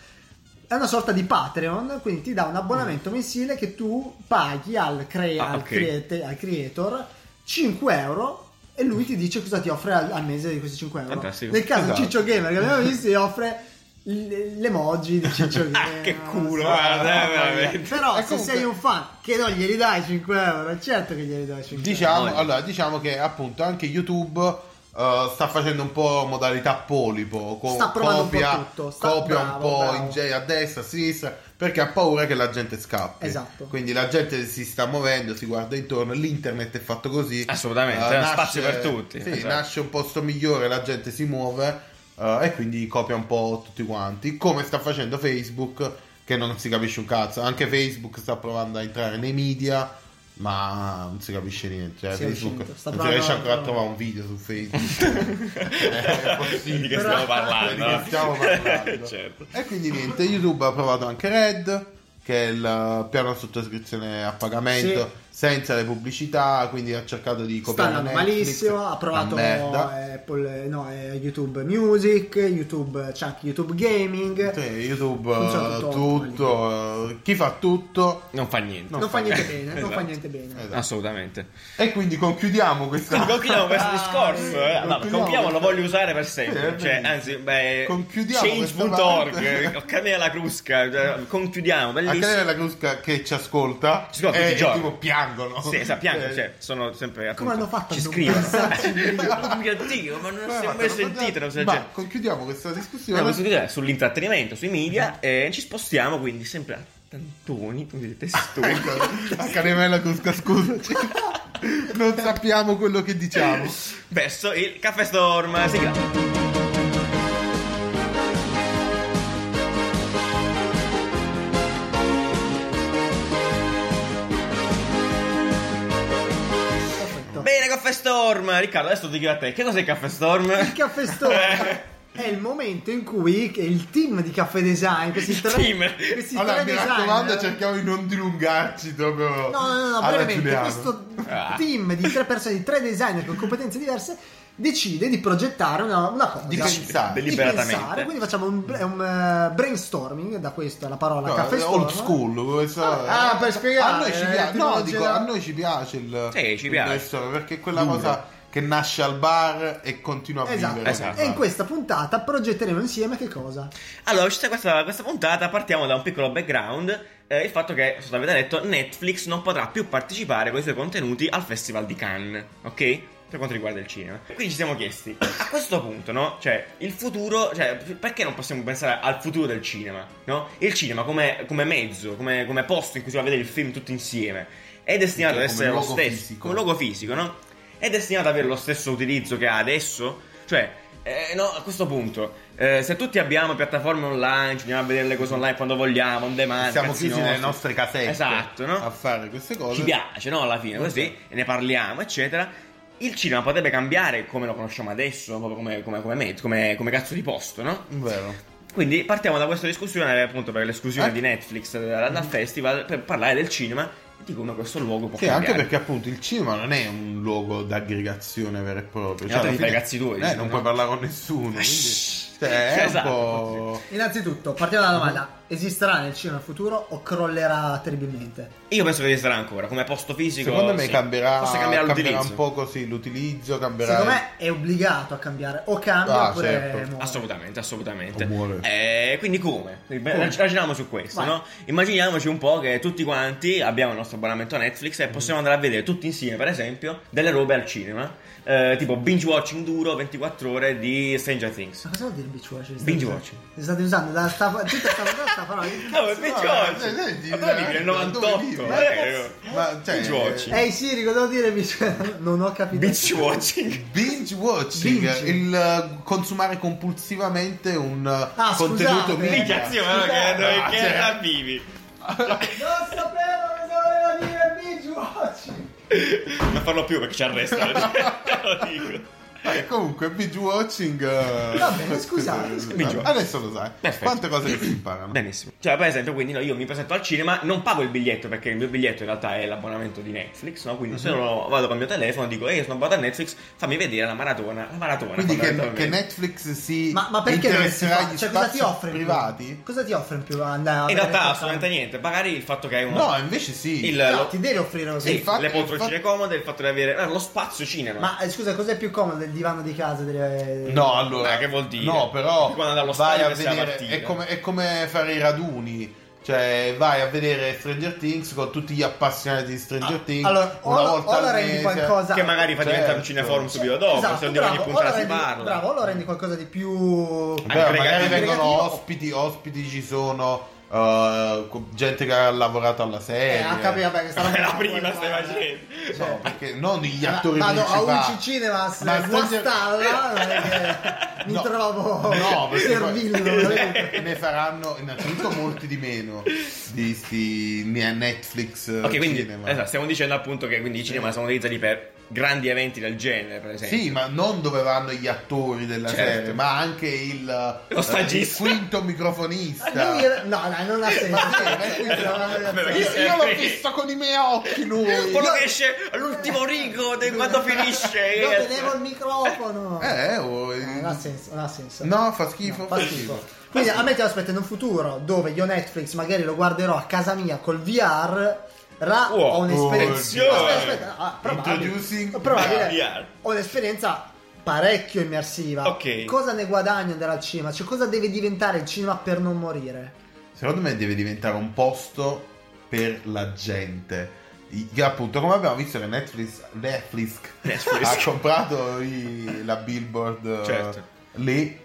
D: è una sorta di Patreon, quindi ti dà un abbonamento mensile che tu paghi al, cre-
C: Mm. Ah,
D: al
C: ok.
D: create- al creator 5 euro e lui ti dice cosa ti offre al, al mese di questi 5 euro.
C: Fantastico.
D: Nel caso
E: Esatto.
D: Ciccio Gamer che abbiamo visto gli offre l- l'emoji di Ciccio
E: Ah,
D: Ghena.
C: Che culo,
D: Mamma
C: guarda,
D: mia.
C: veramente.
D: Però
E: E
D: se
E: comunque-
D: sei un fan che non glieli dai 5 euro, certo che glieli dai 5
E: Diciamo,
C: Voglio.
E: allora, diciamo che appunto anche YouTube eh, sta facendo un po' modalità polipo, co-
D: Sta provando un po'
E: copia,
D: tutto, sta-
E: copia
D: bravo,
E: un po'
D: bravo.
E: in giro a destra, a sinistra, perché ha paura che la gente scappi.
D: Esatto.
E: Quindi la gente si sta muovendo, si guarda intorno, l'internet è fatto così. Eh,
C: Assolutamente, è spazio per tutti.
E: sì,
C: Esatto.
E: nasce un posto migliore, la gente si muove eh, e quindi copia un po' tutti quanti, come sta facendo Facebook che non si capisce un cazzo. Anche Facebook sta provando a entrare nei media, ma non si capisce niente. Cioè,
D: Sì, è
E: Facebook,
D: uscito. Sta
E: non si
D: provando-
E: riesce ancora a trovare un video su Facebook. è Eh, possibile.
C: Di che
D: Però-
C: stiamo parlando?
E: Di che stiamo parlando.
C: certo.
E: E quindi niente, YouTube ha provato anche Red, che è il piano sottoscrizione a pagamento
D: Sì.
E: senza le pubblicità, quindi ha cercato di
D: Sta
E: copiare
D: andando
E: Netflix,
D: malissimo, ha provato
E: una merda.
D: Apple, no, eh, YouTube Music, YouTube, c'è anche YouTube Gaming,
E: Sì, YouTube,
D: Funziona
E: eh,
D: tutto
E: tutto, eh, chi fa tutto.
C: Non fa niente.
D: non fa niente bene, non
C: Esatto.
D: fa niente bene.
E: Esatto.
C: Assolutamente.
E: E quindi concludiamo questa.
C: Concludiamo questo discorso. eh. Allora,
E: Concludiamo
C: concludiamo, lo
E: questa-
C: voglio usare per
E: Sì, è
C: sempre. Cioè,
E: bellissimo.
C: anzi, beh,
E: Concludiamo questa
C: change.org, Canela Crusca, cioè, concludiamo,
E: A
C: bellissimo.
E: Canale la Crusca che ci ascolta
C: Ci ascolta
E: e,
C: tutti i
E: e
C: giorni.
E: tipo piangono.
C: Sì, sappiamo,
E: Eh,
C: cioè, sono sempre appunto,
D: Come hanno fatto a
C: ci
D: non
C: scrivono.
D: pensarci?
C: Oh mio Dio, ma non
E: eh,
C: si è
E: ma
C: mai
E: te lo
C: sentito una cosa del
E: Ma
C: genere.
E: concludiamo questa discussione.
C: Abbiamo questo video sull'intrattenimento, sui media e ci spostiamo quindi sempre a tantoni, quindi testoni.
E: a Canevella Crusca, scusaci. non sappiamo quello che diciamo.
C: verso il Caffè Storm. Sigla.
D: Perfetto.
C: Bene, Caffè Storm. Riccardo, adesso ti chiedo a te, che cos'è il Caffè Storm?
D: Il caffè store è il momento in cui il team di caffè design, questi
C: Il
D: tre,
C: team.
D: questi
E: Allora,
D: tre
E: mi
D: designer-
E: raccomando, cerchiamo di non dilungarci proprio.
D: eh. No, no, no, no,
E: alla
D: veramente
E: Giuliano.
D: questo
C: Ah.
D: team di tre persone, di tre designer con competenze diverse decide di progettare una, una cosa.
E: Di pensare.
D: Di
C: Deliberatamente.
D: pensare, quindi facciamo un, bra- un, eh, brainstorming, da questa la parola
E: No,
D: caffè
E: è
D: store.
E: old school questo-
D: Ah, ah, per spiegare,
E: a noi ci
D: eh,
E: piace,
D: tipo
E: no,
D: la
E: dico,
D: gela-
E: a noi ci piace il,
C: Sì, ci
E: il
C: piace.
E: resto, perché è quella
C: Duro.
E: cosa che nasce al bar e continua a
D: Esatto.
E: vivere
C: Esatto.
D: E in questa puntata progetteremo insieme che cosa?
C: Allora, uscita questa, questa puntata, partiamo da un piccolo background. eh, il fatto che, se avete detto, Netflix non potrà più partecipare con i suoi contenuti al Festival di Cannes, ok? Per quanto riguarda il cinema. Quindi ci siamo chiesti, a questo punto, no? Cioè, il futuro, cioè, perché non possiamo pensare al futuro del cinema, no? Il cinema come, come mezzo, come, come posto in cui si va a vedere il film tutti insieme. È destinato ad
E: Cioè, Come
C: essere lo
E: luogo
C: stesso,
E: fisico.
C: come luogo fisico, no? È destinato ad avere lo stesso utilizzo che ha adesso? Cioè, eh, no, a questo punto, eh, se tutti abbiamo piattaforme online, ci andiamo a vedere le cose online quando vogliamo, on demand,
E: Siamo
C: cazzi
E: chiusi nelle
C: nostri.
E: nostre casette
C: Esatto, no?
E: a fare queste cose.
C: Ci piace, no? Alla fine, così, e ne parliamo, eccetera. Il cinema potrebbe cambiare come lo conosciamo adesso, proprio come, come, come, me- come- come cazzo di posto, no?
E: Vero.
C: Quindi partiamo da questa discussione, appunto, per l'esclusione
E: Eh. Mm.
C: di Netflix dal, dal festival, per parlare del cinema e di come questo luogo può
E: Sì,
C: cambiare.
E: anche perché appunto il cinema non è un luogo d'aggregazione vero e proprio.
C: È nato
E: alla
C: di ragazzi tuoi,
E: eh,
C: dici,
E: non
C: no?
E: puoi parlare con nessuno. Quindi, cioè, è
C: Esatto.
E: un po'.
D: Innanzitutto, partiamo dalla domanda: esisterà nel cinema nel futuro o crollerà terribilmente?
C: Io penso che ci sarà ancora, come posto fisico.
E: Secondo me
C: sì.
E: cambierà,
C: Forse cambierà l'utilizzo.
E: un po' così l'utilizzo, cambierà.
D: Secondo me è obbligato a cambiare, o cambia
E: Ah,
D: oppure
E: certo.
D: muore.
C: Assolutamente, assolutamente.
E: O muore.
C: Eh, quindi come? Beh,
D: Come?
C: Ragioniamo su questo,
D: Vai.
C: no? Immaginiamoci un po' che tutti quanti abbiamo il nostro abbonamento a Netflix e possiamo andare a vedere tutti insieme, per esempio, delle robe al cinema, eh, tipo binge watching duro 24 ore di Stranger Things.
D: Ma cosa vuol dire binge watching?
C: Binge
D: State-
C: watching.
D: State usando la sta, tutta sta, sta parola. che
C: No, Ah, ma
D: cazzo?
C: binge
E: no,
C: watching!
E: eh, senti,
C: Ma dove vivi? Nel
E: veramente, dove
C: 98!
E: vivi?
C: ma
E: Ma
C: dai,
E: Ma, cioè,
C: Binge watching.
D: Ehi Siri, cosa vuol dire binge Non ho capito.
C: Binge watching!
E: Binge watching,
D: Binge.
E: il eh, consumare compulsivamente un eh,
D: Ah,
E: contenuto
D: scusate.
E: media.
C: Minchia, zio, ma che, dove-
E: Ah,
C: che
E: cioè.
C: età vivi?
D: Non sapevo cosa voleva dire binge watching.
C: Non farlo più perché ci arrestano. eh. te lo dico.
E: Eh, comunque, binge watching. eh,
D: Va bene,
E: eh,
D: scusate, scusate.
E: Binge watching. Adesso lo sai.
C: Perfetto.
E: Quante cose che si imparano.
C: Benissimo. Cioè, per esempio, quindi no, io mi presento al cinema, non pago il biglietto perché il mio biglietto in realtà è l'abbonamento di Netflix, no? Quindi se no vado col mio telefono dico "Ehi, sono abbonato a Netflix, fammi vedere la maratona, la maratona".
E: Quindi che,
C: fondamentalmente.
E: che Netflix si
D: Ma, ma perché dovresti
E: interesserà
D: fare?
E: agli
D: Cioè, cosa
E: spazi
D: ti offre in più?
E: privati?
D: Cosa ti offre in più andare a
C: in
D: vedere
C: realtà
D: questa-
C: assolutamente niente, magari il fatto che hai uno
E: No, invece sì.
C: il
D: No,
C: lo-
D: ti deve offrire così.
C: sì,
E: infatti-
C: le poltroncine
E: infatti-
C: comode, il fatto di avere eh, lo spazio cinema.
D: Ma eh, scusa, cos'è più comodo di nel divano di casa delle...
E: No, allora.
C: Ma eh, che vuol dire?
E: No, però.
C: Quando andavo allo
E: vai
C: stadio
E: a
C: pensi alla
E: vedere.
C: partita.
E: È come, è come fare i raduni. Cioè, vai a vedere Stranger Things con tutti gli appassionati di Stranger Things.
D: Ah, Allora,
E: una
D: o,
E: volta
D: o
E: al
D: la rendi
E: mese.
D: qualcosa...
C: Che magari fa
E: Certo.
C: diventare un cineforum subito dopo,
D: Esatto,
C: se non di ogni
D: bravo, o
C: puntata
D: la
C: si
D: rendi-
C: parla.
D: Bravo, o lo rendi qualcosa di più...
E: Beh, magari
C: Aggregativo.
E: vengono
D: Aggregativo.
E: ospiti, ospiti ci sono. eh, co- gente che ha lavorato alla serie.
D: Eh, ha capito, vabbè, che sta
C: È la
D: roba-
C: prima stai facendo.
E: No,
D: Cioè,
E: perché non gli attori
D: Vado a
E: principali.
D: UC Cinemas,
E: Ma
D: la
E: Stranger-
D: stalla, non è che mi
E: No.
D: trovo
E: No, perché
D: servillo.
E: poi-
D: non è che-
E: ne faranno innanzitutto molti di meno di sti ne- Netflix eh,
C: Ok, quindi
E: cinema.
C: esatto, stiamo dicendo appunto che quindi i cinema sono utilizzati per grandi eventi del genere, per esempio.
E: Sì, ma non dove vanno gli attori della
C: Certo.
E: serie, ma anche il, eh,
C: Lo stagista.
E: il quinto microfonista.
D: Eh, Lui era- No, dai, non ha senso.
E: Ma sì, ma è quinto-
C: Vabbè,
E: Io,
C: chi se
E: io l'ho
C: frega.
E: visto con i miei occhi lui.
C: Quello che esce all'ultimo rigo de- quando finisce. eh.
D: Io tenevo il microfono.
E: Eh, oh,
D: Eh, non ha senso, non ha senso.
E: no, fa schifo,
D: No,
E: fa schifo.
D: Quindi a me ti aspetta in un futuro dove io Netflix magari lo guarderò a casa mia col VR. Ra,
C: Wow,
D: ho
C: oh,
D: un'esperienza.
C: attenzione.
D: aspetta, aspetta, ah, probabile.
E: Introducing
D: Probabile.
C: VR.
D: Ho un'esperienza parecchio immersiva.
C: Ok.
D: Cosa ne guadagno andare al cinema? Cioè, cosa deve diventare il cinema per non morire?
E: Secondo me deve diventare un posto per la gente. I- Che appunto, come abbiamo visto che Netflix, Netflix, ha comprato i- la billboard eh,
C: Certo.
E: lì,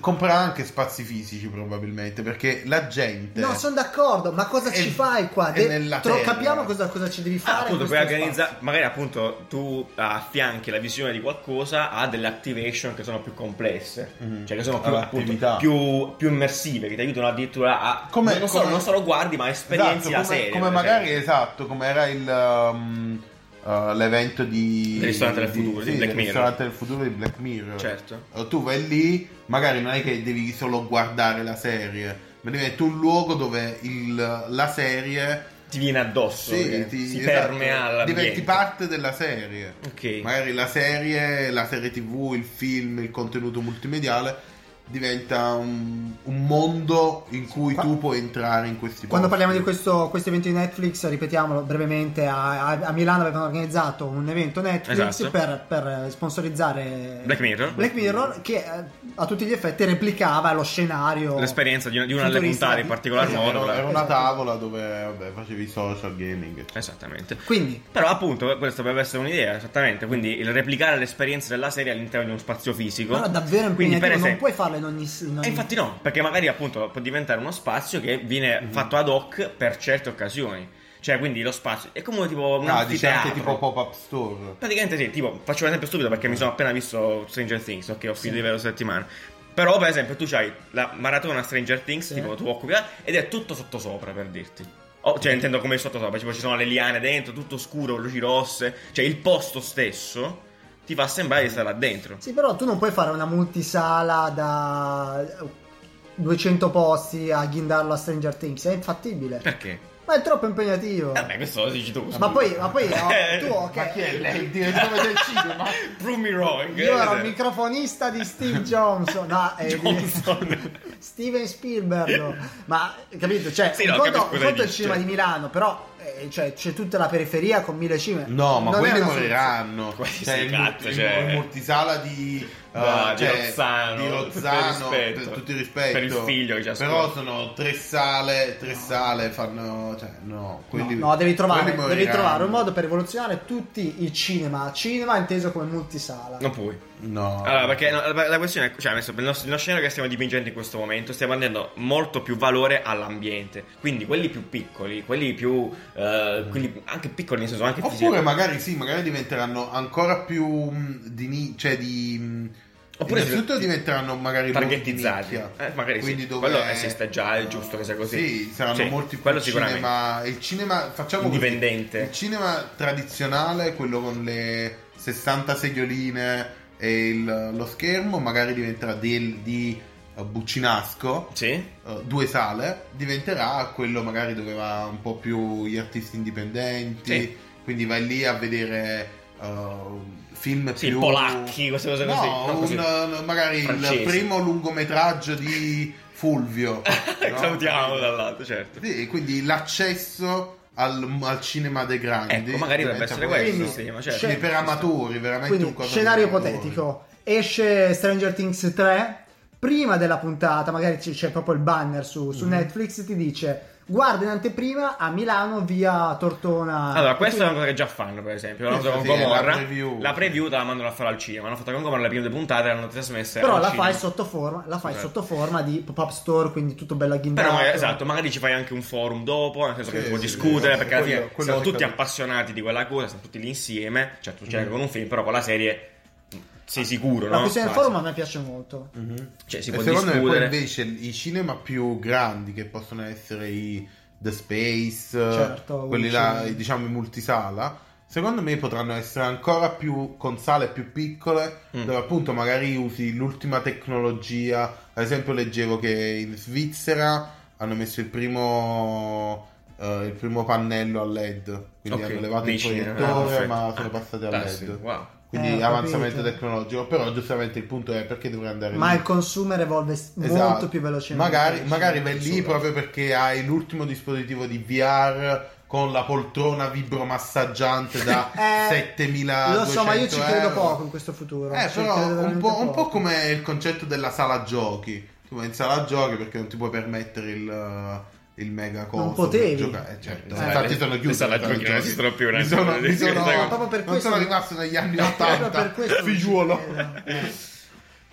E: comprerà anche spazi fisici probabilmente, perché la gente...
D: No, sono d'accordo, ma cosa
E: È-
D: ci fai qua?
E: è nella
D: tro-
E: terra.
D: capiamo cosa, cosa ci devi fare.
C: Ah, appunto,
D: in
C: puoi
D: questo
C: organizzare. Magari appunto tu affianchi la visione di qualcosa a delle activation che sono più complesse,
E: Mhm.
C: cioè che sono più, appunto,
E: Attività.
C: più, più immersive, che ti aiutano addirittura a.
E: Come-
C: non, solo,
E: come-
C: non solo guardi, ma esperienzi
E: Esatto,
C: la
E: come,
C: serie.
E: come
C: per
E: magari,
C: esempio.
E: esatto, come era il, um, eh, l'evento di...
C: Il ristorante del futuro, di
E: sì,
C: Black
E: del
C: Mirror.
E: ristorante del futuro di Black Mirror.
C: Certo.
E: Eh, tu vai lì, magari non è che devi solo guardare la serie, ma devi mettere un luogo dove il- la serie
C: Ti viene addosso,
E: sì,
C: perché
E: ti,
C: si
E: esatto,
C: permea all'ambiente.
E: diventi parte della serie.
C: Ok.
E: Magari la serie, la serie TV, il film, il contenuto multimediale diventa un, un mondo in cui
D: Qua-
E: tu puoi entrare in questi
D: Quando
E: posti.
D: parliamo di questo, questo evento di Netflix, ripetiamolo brevemente, a, a- a Milano avevano organizzato un evento Netflix
C: Esatto.
D: per, per sponsorizzare
C: Black Mirror.
D: Black Mirror, che eh, a tutti gli effetti replicava lo scenario.
C: L'esperienza di una, di una delle
D: futurista
C: puntate in
D: di-
C: particolar
D: Esatto.
C: modo.
E: era, era
C: la-
E: una tavola dove vabbè, facevi social gaming. eccetera.
C: Esattamente.
D: Quindi,
C: Però appunto questo potrebbe essere un'idea, esattamente, quindi il replicare l'esperienza della serie all'interno di uno spazio fisico.
D: però davvero
C: Quindi, per
D: impegnativo, non
C: esempio-
D: puoi farlo in ogni... in ogni-
C: E infatti no, perché magari appunto può diventare uno spazio che viene
D: Mhm.
C: fatto ad hoc per certe occasioni. Cioè, quindi lo spazio è come tipo un
E: Ah, dice anche
C: anfiteatro.
E: tipo pop-up store.
C: Praticamente sì, tipo, faccio un esempio stupido perché mi sono appena visto Stranger Things, ok, ho finito di vedere la settimana. Però, per esempio, tu hai la maratona Stranger Things,
D: Sì.
C: tipo tu occupi là, ed è tutto sottosopra per dirti. Oh, cioè, intendo come sottosopra, tipo ci sono le liane dentro, tutto scuro, luci rosse, cioè il posto stesso ti fa sembrare di stare là dentro.
D: Sì, però tu non puoi fare una multisala da 200 posti a ghindarlo a Stranger Things, è infattibile.
C: Perché?
D: Ma è troppo impegnativo.
C: Vabbè, questo lo dici tu.
D: Ma poi, ma poi no, tu ok.
E: Ma chi è lei? Il direttore del cinema?
C: Prove me wrong.
D: Io ero
C: Eh,
D: il microfonista di Steve Johnson, no, eh, di-
C: Johnson.
D: Steven Spielberg. Ma capito? Cioè,
C: Sì,
D: un
C: no,
D: conto,
C: capisco
D: un
C: cosa
D: conto è il
C: dici,
D: cinema
C: cioè.
D: di Milano, però eh, cioè, c'è tutta la periferia con mille cinema.
E: No, ma
D: Non è
E: quelli
D: una
E: moriranno.
C: Quelli
E: Cioè,
C: sì,
E: il,
C: cazzo,
E: il-
C: cioè.
E: il multisala di, eh,
C: No, di
E: cioè,
C: Rozzano,
E: di Rozzano,
C: tutto il rispetto.
E: per tutto il rispetto.
C: Per il figlio che ci ascolta.
E: Però sono tre sale, tre sale fanno. Cioè, no, quelli,
D: soluzione. No, devi trovare,
E: quelli
D: devi
E: moriranno.
D: trovare un modo per rivoluzionare tutti i cinema. Cinema inteso come multisala.
C: Non puoi.
E: No.
C: Allora, perché no, la la questione è, cioè, adesso, il nostro, il nostro scenario che stiamo dipingendo in questo momento, stiamo dando molto più valore all'ambiente. Quindi quelli più piccoli, quelli più, eh, quelli anche piccoli nel senso anche
E: Oppure magari sì, magari diventeranno ancora più mh, di ni- cioè di mh,
C: Oppure
E: innanzitutto
C: si-
E: diventeranno magari molto di
C: targetizzati.
E: nicchia.
C: Eh, magari sì.
E: Quindi dove-
C: Quello esiste già, è giusto che sia così.
E: Sì, saranno
C: Sì,
E: molti più
C: quello
E: il
C: sicuramente.
E: cinema, il cinema facciamo così.
C: Indipendente.
E: il cinema tradizionale, quello con le 60 sedioline e il- lo schermo, magari diventerà del- di eh, Buccinasco.
C: Sì?
E: eh, due sale diventerà quello magari dove va un po' più gli artisti indipendenti
C: Sì.
E: quindi vai lì a vedere eh, film
C: Sì,
E: più
C: polacchi, queste cose così,
E: no,
C: non così.
E: un, eh, magari
C: Francesi.
E: il primo lungometraggio di Fulvio. no?
C: Salutiamo dall'altro, certo.
E: Sì, e quindi l'accesso al, al cinema dei grandi.
C: Ecco, magari dovrebbe
E: diventa
C: essere
E: poi-
C: questo.
D: Quindi,
C: sì, ma certo.
E: Quindi per amatori, veramente un
D: Quindi,
E: qualcosa
D: scenario
E: per amatori.
D: ipotetico: esce Stranger Things 3. Prima della puntata, magari c- c'è proprio il banner su, su
E: Mm-hmm.
D: Netflix, ti dice guarda in anteprima a Milano via Tortona.
C: Allora, questa è una cosa che già fanno, per esempio. L'hanno fatta con
E: Ah, Sì, la
C: Gomorra. La
E: preview.
C: preview. te la mandano a fare al cinema. L'hanno fatta con Gomorra le prime due puntate, l'hanno trasmessa
D: Però
C: al
D: la
C: cinema.
D: fai, sotto forma, la fai
C: Esatto.
D: sotto forma di pop-up store, quindi tutto bello agghindato.
C: Però magari- esatto, magari ci fai anche un forum dopo, nel senso che
E: Sì,
C: si può
E: sì,
C: discutere,
E: sì,
C: perché alla
E: quello-
C: fine
E: quello
C: siamo
E: sì,
C: tutti
E: capito. Mm.
C: appassionati di quella cosa, siamo tutti lì insieme. Certo, c'è anche con un film, però con la serie mh, sei sicuro,
D: La
C: no?
D: questione del
C: Quasi.
D: forum a me piace molto.
C: Cioè, si
E: E
C: può
E: secondo me poi
C: discutere.
E: invece i cinema più grandi che possono essere i The Space,
D: Certo,
E: quelli
D: un
E: là,
D: cinema.
E: i- diciamo i multisala, secondo me potranno essere ancora più con sale più piccole,
C: Mm.
E: dove appunto magari usi l'ultima tecnologia. Ad esempio leggevo che in Svizzera hanno messo il primo eh, il primo pannello a LED, quindi
C: Ok,
E: hanno levato
C: dici,
E: il
C: ah,
E: proiettore,
C: perfetto.
E: ma sono
C: Ah,
E: passati a
C: fantastico,
E: LED.
C: Wow.
E: Quindi
D: Eh, ho
E: avanzamento
D: capito.
E: tecnologico, però giustamente il punto è perché dovrei andare
D: Ma
E: lì?
D: il consumer evolve s-
E: Esatto.
D: molto più velocemente.
E: Magari,
D: Sì,
E: magari vai lì
D: solo.
E: proprio perché hai l'ultimo dispositivo di VR con la poltrona vibromassaggiante da
D: Eh,
E: 7200
D: Lo so, ma io ci credo
E: euro.
D: poco in questo futuro.
E: Eh,
D: Ci
E: però
D: credo
E: un
D: veramente
E: po', un po'
D: poco.
E: come il concetto della sala giochi. Tu vai in sala giochi perché non ti puoi permettere il, il mega costo. per
D: potevi.
E: giocare. Eh, certo.
C: Eh,
E: Infatti sono
C: le
E: chiuse.
C: sale
E: le
C: giochi non esistono più, eh.
E: Mi
C: ragazzi.
E: sono, mi sono-
C: No,
D: proprio per
E: non
D: questo-
E: sono rimasto negli anni
D: Eh, proprio
E: 80.
D: per questo non ci
E: Figliuolo.
D: credo. Eh.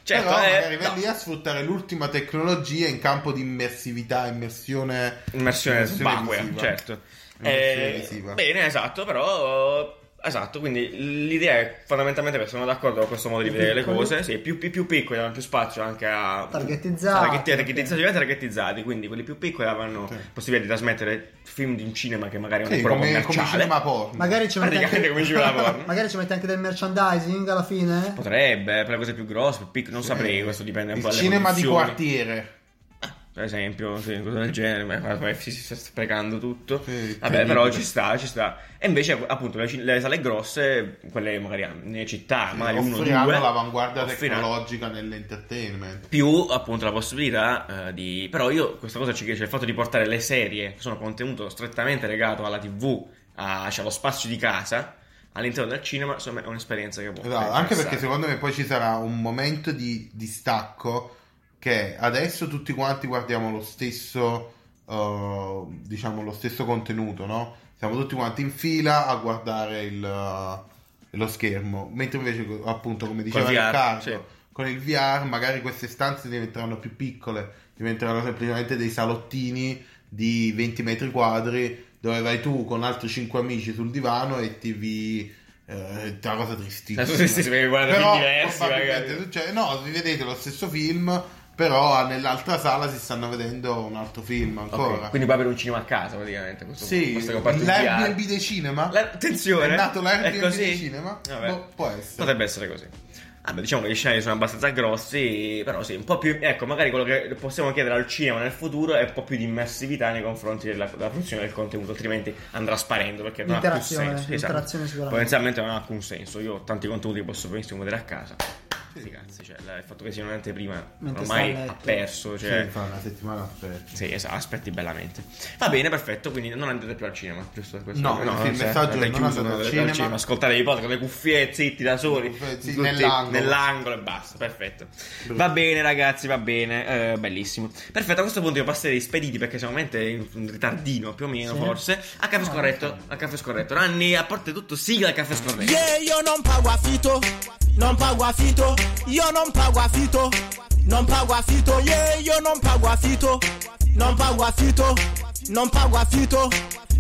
C: Certo,
E: Però
C: eh,
E: magari vai
C: no.
E: lì a sfruttare l'ultima tecnologia in campo di immersività, immersione.
C: immersione subacquea,
E: visiva.
C: certo.
E: Immersione
C: Eh,
E: visiva.
C: bene, esatto, però esatto, quindi l'idea è fondamentalmente perché sono d'accordo con questo modo di
D: Più
C: vedere le
D: piccoli.
C: cose, sì, più, più, più piccoli hanno più spazio anche a
D: Targetizzati.
C: target- targetizzati, diventano targetizzati, quindi quelli più piccoli avranno possibilità di trasmettere film di un cinema che magari è un
E: Sì,
C: po'
E: come, come
C: commerciale.
E: cinema porno.
D: Magari ci, mette
C: Praticamente
D: anche...
C: come ci lavora.
D: magari ci mette anche del merchandising alla fine.
C: Potrebbe, per le cose più grosse, più piccole, non saprei, questo dipende un
E: Eh, Il
C: po' dalle
E: cinema di
C: condizioni.
E: quartiere.
C: per esempio, sì, cose del genere, ma guarda, poi si sta sprecando tutto.
E: Sì,
C: Vabbè, però
E: incredibile.
C: ci sta, ci sta. E invece, appunto, le, cin- le sale grosse, quelle magari nelle città, Ah, magari uno, due,
E: offriranno l'avanguardia
C: offriranno
E: tecnologica nell'entertainment.
C: più appunto la possibilità eh, di però io questa cosa ci piace il fatto di portare le serie che sono contenuto strettamente legato alla tv a- cioè, allo spazio di casa all'interno del cinema insomma è un'esperienza che può
E: Esatto, anche perché secondo me poi ci sarà un momento di distacco che adesso tutti quanti guardiamo lo stesso, eh, diciamo, lo stesso contenuto, no? Siamo tutti quanti in fila a guardare il, eh, lo schermo, mentre invece, co- appunto, come diceva
C: VR,
E: Riccardo,
C: sì.
E: con il VR magari queste stanze diventeranno più piccole, diventeranno semplicemente dei salottini di 20 metri quadri dove vai tu con altri 5 amici sul divano e ti vi... eh, è una cosa tristissima.
C: Sì, sì, sì, perché guardano
E: Però,
C: film diversi,
E: probabilmente
C: magari.
E: succede- no, vi vedete lo stesso film, però nell'altra sala si stanno vedendo un altro film ancora.
C: Ok, quindi qua per un cinema a casa praticamente questo,
E: Sì,
C: questo comparto in
E: l'Airbnb
C: VR.
E: dei cinema.
C: La- attenzione
E: È nato l'Airbnb
C: è così?
E: dei cinema?
C: Vabbè.
E: Boh, può essere.
C: potrebbe essere così Vabbè, diciamo che gli scenari sono abbastanza grossi però sì un po' più ecco magari quello che possiamo chiedere al cinema nel futuro è un po' più di immersività nei confronti della, della produzione del contenuto altrimenti andrà sparendo perché non ha più
D: L'interazione,
C: senso Sì, esatto.
D: l'interazione sicuramente.
C: potenzialmente non ha alcun senso io ho tanti contenuti che posso benissimo vedere a casa Sti cazzi, cioè, la- il fatto che sia un'anteprima
D: Mentre
C: ormai
D: sta a letto.
C: ha perso
E: Sì,
C: cioè,
E: fa una settimana aspetta.
C: sì, esatto, aspetti bellamente. Va bene, perfetto, quindi non andate più al cinema, giusto? Questo-
E: No, il
C: certo,
E: messaggio è
C: andate
E: non
C: chiuso,
E: andate al
C: andate
E: cinema.
C: ascoltate i podcast con le cuffie, zitti da soli,
E: Cuffie, zitti,
C: tutti
E: nell'angolo.
C: nell'angolo e basta, perfetto. Va bene ragazzi, va bene, eh, bellissimo. Perfetto, a questo punto io passerei spediti perché siamo veramente in un ritardino più o meno
D: Sì.
C: forse, a caffè scorretto, a caffè scorretto. Ranni, a parte tutto, sigla al caffè scorretto.
G: Yeah, yo non pa guafito, non pa guafito, yo non pa guafito, non pa guafito, yeah, yo non pa guafito, non pa guafito, non pa guafito,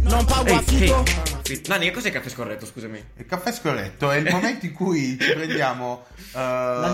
G: non pa
C: Ehi,
G: guafito.
C: che- Eh, Nanni, che cos'è il caffè scorretto, scusami?
E: Il caffè scorretto è il momento in cui ci prendiamo eh,
D: La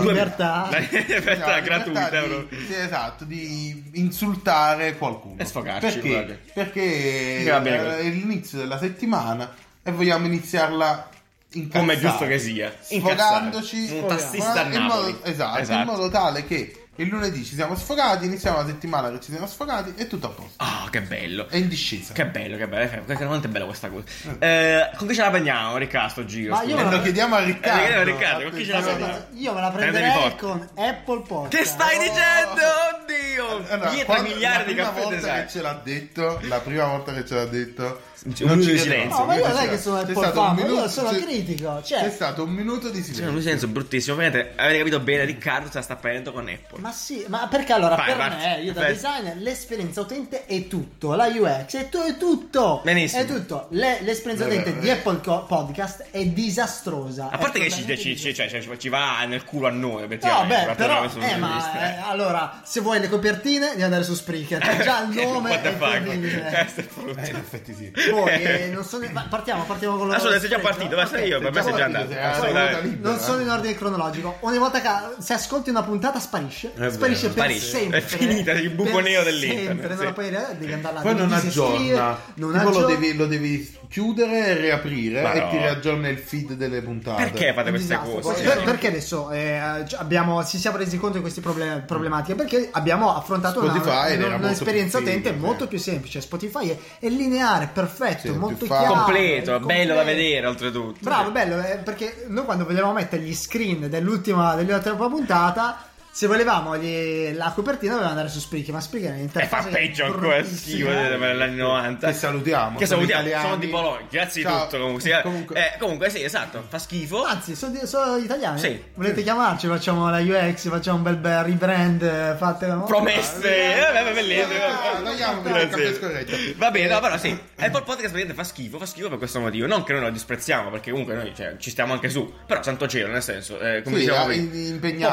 D: libertà.
C: La
E: diciamo,
C: libertà
E: la
C: gratuita,
E: libertà
C: bro.
E: di, sì, esatto, di insultare qualcuno.
C: E sfogarci, guarda.
E: Perché, perché
C: Che va bene
E: eh,
C: così.
E: è l'inizio della settimana e vogliamo iniziarla incazzati.
C: Come è giusto che sia.
E: Sfogandoci.
C: Incazzati. Un tassista a
E: in modo-
C: Napoli.
E: esatto,
C: Esatto.
E: in modo tale che il lunedì ci siamo sfogati, iniziamo la settimana che ci siamo sfogati e tutto a posto.
C: Ah, che bello.
E: È in discesa.
C: Che bello, che bello, eh, questa- veramente è bella questa cosa.
E: Mm.
C: Eh, con chi ce la prendiamo, Ricca, sto giro?
D: Ma
C: scusa?
D: io-
E: E lo chiediamo a Riccardo.
C: Eh, Riccardo, con chi ce la
E: Attenzione.
C: fa?
D: Io me la
C: Prendevi
D: prenderei
C: forte.
D: con Apple Podcast.
C: Che stai dicendo? Oddio! abbiamo
E: Allora,
C: dietro
E: Eh, quando- la
C: miliardi di
E: prima
C: caffè
E: volta
C: design.
E: che ce l'ha detto, la prima volta che ce l'ha detto,
C: C'è un minuto di
E: credevo.
C: silenzio.
D: No, ma io
E: C'è
D: non è che sono
E: stato
D: il
E: un
D: fan,
E: minuto-
D: io sono
E: c'è-
D: critico.
E: C'è
D: Cioè,
E: stato un minuto di
C: Cioè, un
E: silenzio.
C: senso bruttissimo. Ovviamente avete capito bene, Riccardo se la sta prendendo con Apple.
D: ma sì, ma perché allora
C: Vai,
D: per
C: vai,
D: me, io da
C: vai.
D: designer, l'esperienza utente è tutto, la UX è, tu- è tutto.
C: Benissimo.
D: È tutto. Le- l'esperienza
E: Vabbè,
D: utente
E: vabbè.
D: di Apple Co- Podcast è disastrosa.
C: A
D: È
C: parte che ci,
D: totalmente
C: ci- ci- cioè, ci- ci va nel culo a noi,
D: No,
C: obiettivamente.
D: beh,
C: guardando da
D: però,
C: questo punto
D: eh,
C: di
D: ma
C: vista,
D: eh, allora, se vuoi le copertine, devi andare su Spreaker. C'è Già il nome
C: eh. What the
D: è incredibile.
C: fuck?
E: Eh, in effetti sì.
D: Poi, eh, non sono... ma partiamo, partiamo con la
C: Assolutamente, sei già partito, vai, sei io, per me sei già andato.
E: Sei andato,
C: Assolutamente.
E: sei libero,
D: Non sono
E: eh.
D: in ordine cronologico. Ogni volta che se ascolti una puntata sparisce.
C: vero,
D: sparisce per
C: sparisce.
D: sempre.
C: È finita, il buco
D: Per
C: nero dell'internet,
D: Sempre, non
C: sì.
D: la puoi rivedere, devi andare là.
E: Poi
D: devi
E: non
D: disinstallare,
E: aggiorna.
D: Non
E: Tipo
D: aggiorna.
E: lo devi, lo devi chiudere e riaprire
C: Ma
E: e
C: no.
E: ti riaggiorna il feed delle puntate.
C: Perché fate
D: Un
C: queste
D: disastro.
E: Oh,
C: cose?
D: Ah,
C: Cioè,
D: Per- perché adesso eh, ci- abbiamo, ci siamo resi conto di queste problem- problematiche? Perché abbiamo affrontato una-
E: Spotify era
D: una-
E: molto
D: un'esperienza
E: più
D: utente
E: semplice.
D: molto più semplice. Spotify è, è lineare, perfetto,
E: Sì,
D: molto
E: più
D: chiaro.
E: facile.
C: completo,
D: è
C: bello da
D: completo.
C: vedere oltretutto.
D: Bravo, bello, eh, perché noi quando volevamo mettere gli screen dell'ultima, dell'ultima puntata, se volevamo gli- la copertina dovevamo andare su Spreaker, ma Spreaker è
C: E fa
D: un'interfaccia
C: peggio ancora schifo
D: bruttissima.
C: degli anni 90.
E: Che salutiamo,
C: Che
E: sono
C: salutiamo,
E: italiani.
C: sono di Bologna. Grazie di
E: Ciao.
C: tutto comunque. sì, eh,
E: Comunque-
C: eh, comunque sì, esatto, fa schifo.
D: Anzi, sono, sono italiani?
C: Sì.
D: Volete chiamarci? Facciamo la UX, facciamo un bel, bel rebrand, eh, fate...
C: Promesse, eh, vabbè, bellissimo.
E: Ah, tagliamo, però,
C: Grazie.
E: capisco corretto.
C: Va bene, no, però sì, Apple Podcast praticamente fa schifo, fa schifo per questo motivo. Non che noi lo disprezziamo, perché comunque noi cioè, ci stiamo anche su. Però santo cielo, nel senso, eh, come
E: Sì,
C: diciamo,
E: ah, in- impegnati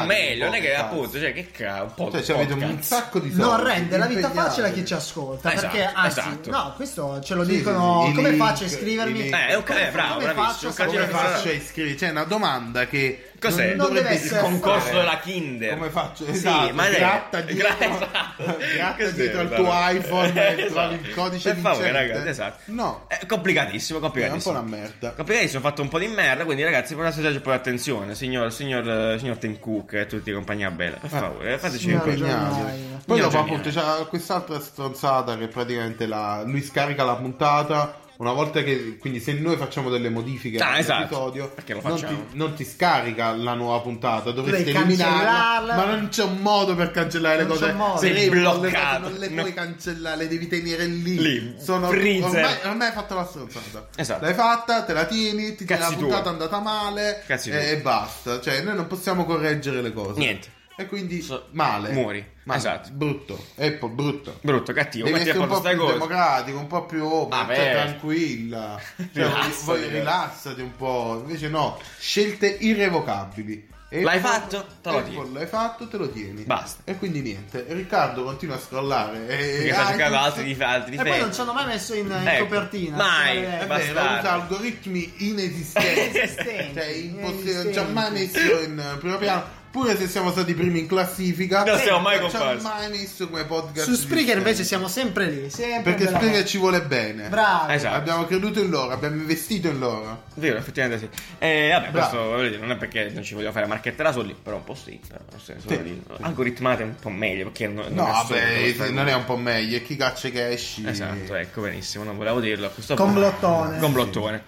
C: un po' meglio,
E: un
C: non è che
E: podcast.
C: appunto, cioè che cavolo, un po'
E: Cioè,
C: di
E: ci avete un
C: podcast.
E: sacco di soldi.
D: Non rende la vita
E: impegnati.
D: facile a chi ci ascolta.
C: Esatto,
D: perché anzi,
C: esatto.
D: no, questo ce lo
E: Sì,
D: dicono.
E: sì, sì, i
D: come
E: link,
D: faccio a iscrivermi?
E: i link.
C: Eh, ok,
D: Come-
C: bravo,
D: come
C: bravissimo,
D: faccio a
C: un calcio
E: Come
D: sapere-
C: di faccia.
E: faccio a iscrivere? C'è una domanda che
C: Cos'è?
E: non
D: Non
E: dovrebbe
D: deve essere
E: esistere.
C: Concorso della Kinder.
E: Eh, Come faccio?
C: sì,
E: Esatto,
C: ma lei-
E: gratta dietro,
C: gra- esatto.
E: gratta
C: Che
E: dietro al
C: sembra?
E: tuo iPhone e
C: Esatto.
E: trovi il codice
C: per favore,
E: vincente.
C: ragazzi, esatto.
E: No,
C: È complicatissimo, complicatissimo.
E: È un po' una merda.
C: Complicatissimo, ho fatto un po' di merda, quindi ragazzi, portate un po' di attenzione, signor, signor, eh, signor Tim Cook e tutti i compagnia bella.
E: Eh,
C: Per favore, eh, fateci
D: signor
C: un po'
D: Gio-
E: impegnati.
D: Geniale.
E: Poi dopo
C: Geniale.
E: appunto c'è quest'altra stronzata che praticamente la- lui scarica la puntata. Una volta che quindi se noi facciamo delle modifiche
C: Ah, esatto.
E: all'episodio
C: Perché lo
E: non
C: facciamo.
E: ti, non ti scarica la nuova puntata, dovresti
D: Devi
E: eliminarla,
D: cancellarla.
E: ma non c'è un modo per cancellare le
D: Non
E: cose.
D: c'è modo.
C: Sei
E: Se le-
C: bloccato.
E: Non le
C: No.
E: puoi cancellare, le devi tenere lì.
C: Lì,
E: Sono
C: freezer.
E: ormai, ormai hai fatto la stronzata.
C: Esatto.
E: L'hai fatta, te la tieni, ti la
C: Cazzi
E: puntata è
C: tuoi.
E: andata male
C: Cazzi
E: e,
C: tuoi.
E: e basta. Cioè, noi non possiamo correggere le cose.
C: Niente.
E: E quindi
C: So-
E: male.
C: muori.
E: Male.
C: Esatto.
E: Brutto. Apple, brutto.
C: Brutto, cattivo,
E: Devi
C: metti a
E: essere un
C: posto sta
E: po' più
C: cosa. Ah,
E: democratico, un po' più open,
C: Vabbè.
E: cioè, tranquilla. Cioè,
C: Rilassati,
E: vuoi-
C: eh.
E: rilassati un po'. Invece no, scelte irrevocabili. Apple-
C: L'hai fatto? Te lo
E: Apple
C: tieni.
E: l'hai fatto, te lo tieni.
C: Basta.
E: E quindi niente. Riccardo continua a scrollare. E
C: Perché sta cercando altri dif- altri
D: E poi non
C: difetti.
D: ci hanno mai messo in, in
C: Ecco,
D: copertina.
C: mai.
D: Eh,
E: È
D: beh,
E: vero,
C: Bastardo.
E: usa algoritmi inesistenti.
D: esistenti,
E: cioè, impossibile, non
D: inesistenti.
E: ci ha mai messo in eh, primo piano. Pure se siamo stati i primi in classifica,
C: Non siamo mai
E: ci ha
C: comparsi.
E: mai messo come podcast.
D: Su Spreaker
E: esistenti.
D: invece siamo sempre lì. Sempre
E: Perché
D: bella
E: Spreaker
D: roba.
E: ci vuole bene.
D: Bravi.
C: Esatto.
E: Abbiamo creduto in loro, abbiamo investito in loro.
C: Vero, effettivamente sì. Eh, vabbè,
E: Bravo.
C: questo voglio dire, non è perché non ci voglio fare marchetta raso lì, però un po' sì. però, nel senso, voglio dire, algoritmate un po' meglio, perché non,
E: No,
C: non è assurdo
E: vabbè,
C: questa
E: non
C: cosa.
E: è un po' meglio. E chi caccia Eh, che esci.
C: Esatto, ecco, benissimo, non volevo dirlo a questo
D: Complottone.
C: Complottone.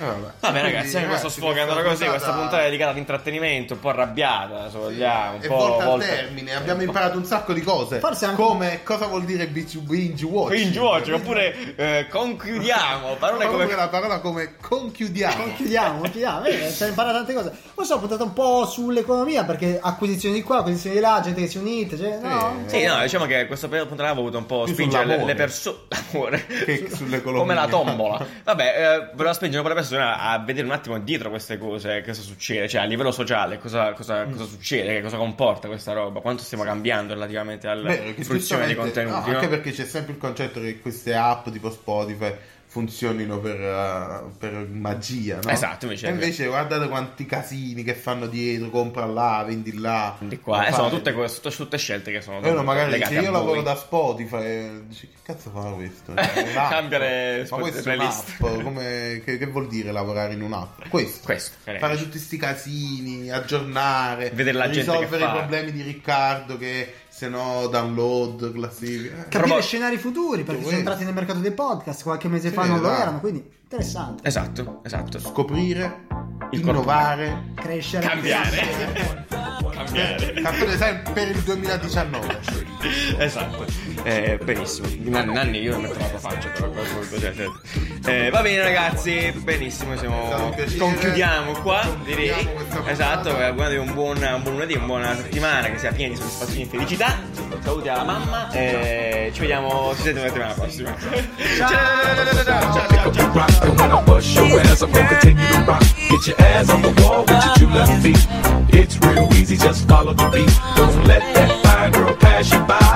E: Eh, vabbè.
C: Vabbè
E: Quindi,
C: ragazzi, anche questo sfogandolo così, questa puntata è dedicata all'intrattenimento, un po' arrabbiata, se vogliamo, un
E: è
C: po'
E: volta al
C: volta-
E: termine, abbiamo imparato un sacco di cose.
D: Forse anche-
E: Come cosa vuol dire binge binge watching.
C: Quindi oggi, oppure eh, conchiudiamo, parole
E: Proprio
C: come...
E: la parola come conchiudiamo.
D: Chiudiamo, chiudiamo, vedi, si impara tante cose. Poi sono puntato un po' sull'economia perché acquisizioni di qua, acquisizioni di là, gente che si unite, cioè, no.
C: Sì, no, diciamo che questo periodo puntata avevo voluto un po'
E: Più
C: spingere le,
E: sull'amore.
C: le persone... L'amore.
E: Che sull'economia.
C: Come la tombola. Vabbè, eh, volevo spingere un po' le persone a vedere un attimo dietro queste cose, eh, cosa succede, cioè a livello sociale, cosa, cosa-
E: Mm.
C: cosa succede, che cosa comporta questa roba, quanto stiamo cambiando relativamente alla
E: Vero, che
C: fruizione dei
E: giustamente-
C: contenuti.
E: no,
C: no?
E: Anche perché c'è sempre il concetto che queste app tipo Spotify funzionino per, eh, per magia, no?
C: Esatto, invece-
E: E invece guardate quanti casini che fanno dietro, compra là, vendi là.
C: Di qua, eh,
E: Fai-
C: sono tutte, cose- tutte- tutte scelte che sono
E: Eh, no, magari
C: legate
E: se
C: a
E: io
C: voi.
E: lavoro da Spotify, eh, dici che cazzo fa questo? È un'app.
C: Cambia le
E: Ma
C: Spotify
E: questo è
C: playlist.
E: un'app, come- che, che vuol dire lavorare in un'app? Questo.
C: Questo,
E: Fare tutti sti casini, aggiornare,
C: Vedere la gente che
E: risolvere i
C: fa.
E: problemi di Riccardo che se no download, classifica. Eh,
D: Capire
C: Provo-
D: scenari futuri perché sono
E: Sì.
D: entrati nel mercato dei podcast qualche mese fa
E: Sì,
D: non lo
E: esatto.
D: erano, quindi interessante.
C: Esatto, esatto.
E: Scoprire,
C: Il
E: innovare,
D: Crescere.
C: Cambiare. Cambiare.
E: campione sempre per il 2019.
C: esatto, eh, benissimo. Nan- Nanni, io non metto la tua faccia, però qualcosa, cioè, cioè. Eh, va bene, ragazzi, benissimo.
E: È stato
C: Siamo...
E: un piacere.
C: Conchiudiamo qua,
E: Concludiamo
C: direi.
E: questa puntata.
C: Esatto, eh, guardatevi un buon, un buon lunedì, una buona settimana che sia piena di soddisfazione e felicità. Saluti alla mamma. eh, ci vediamo, ci sentiamo la settimana prossima. ciao, ciao, ciao, ciao. ciao.
B: and rock. And when I bust your ass, I'm gonna continue to rock. Get your ass on the wall with your two left feet. It's real easy, just follow the beat. Don't let that fine girl pass you by.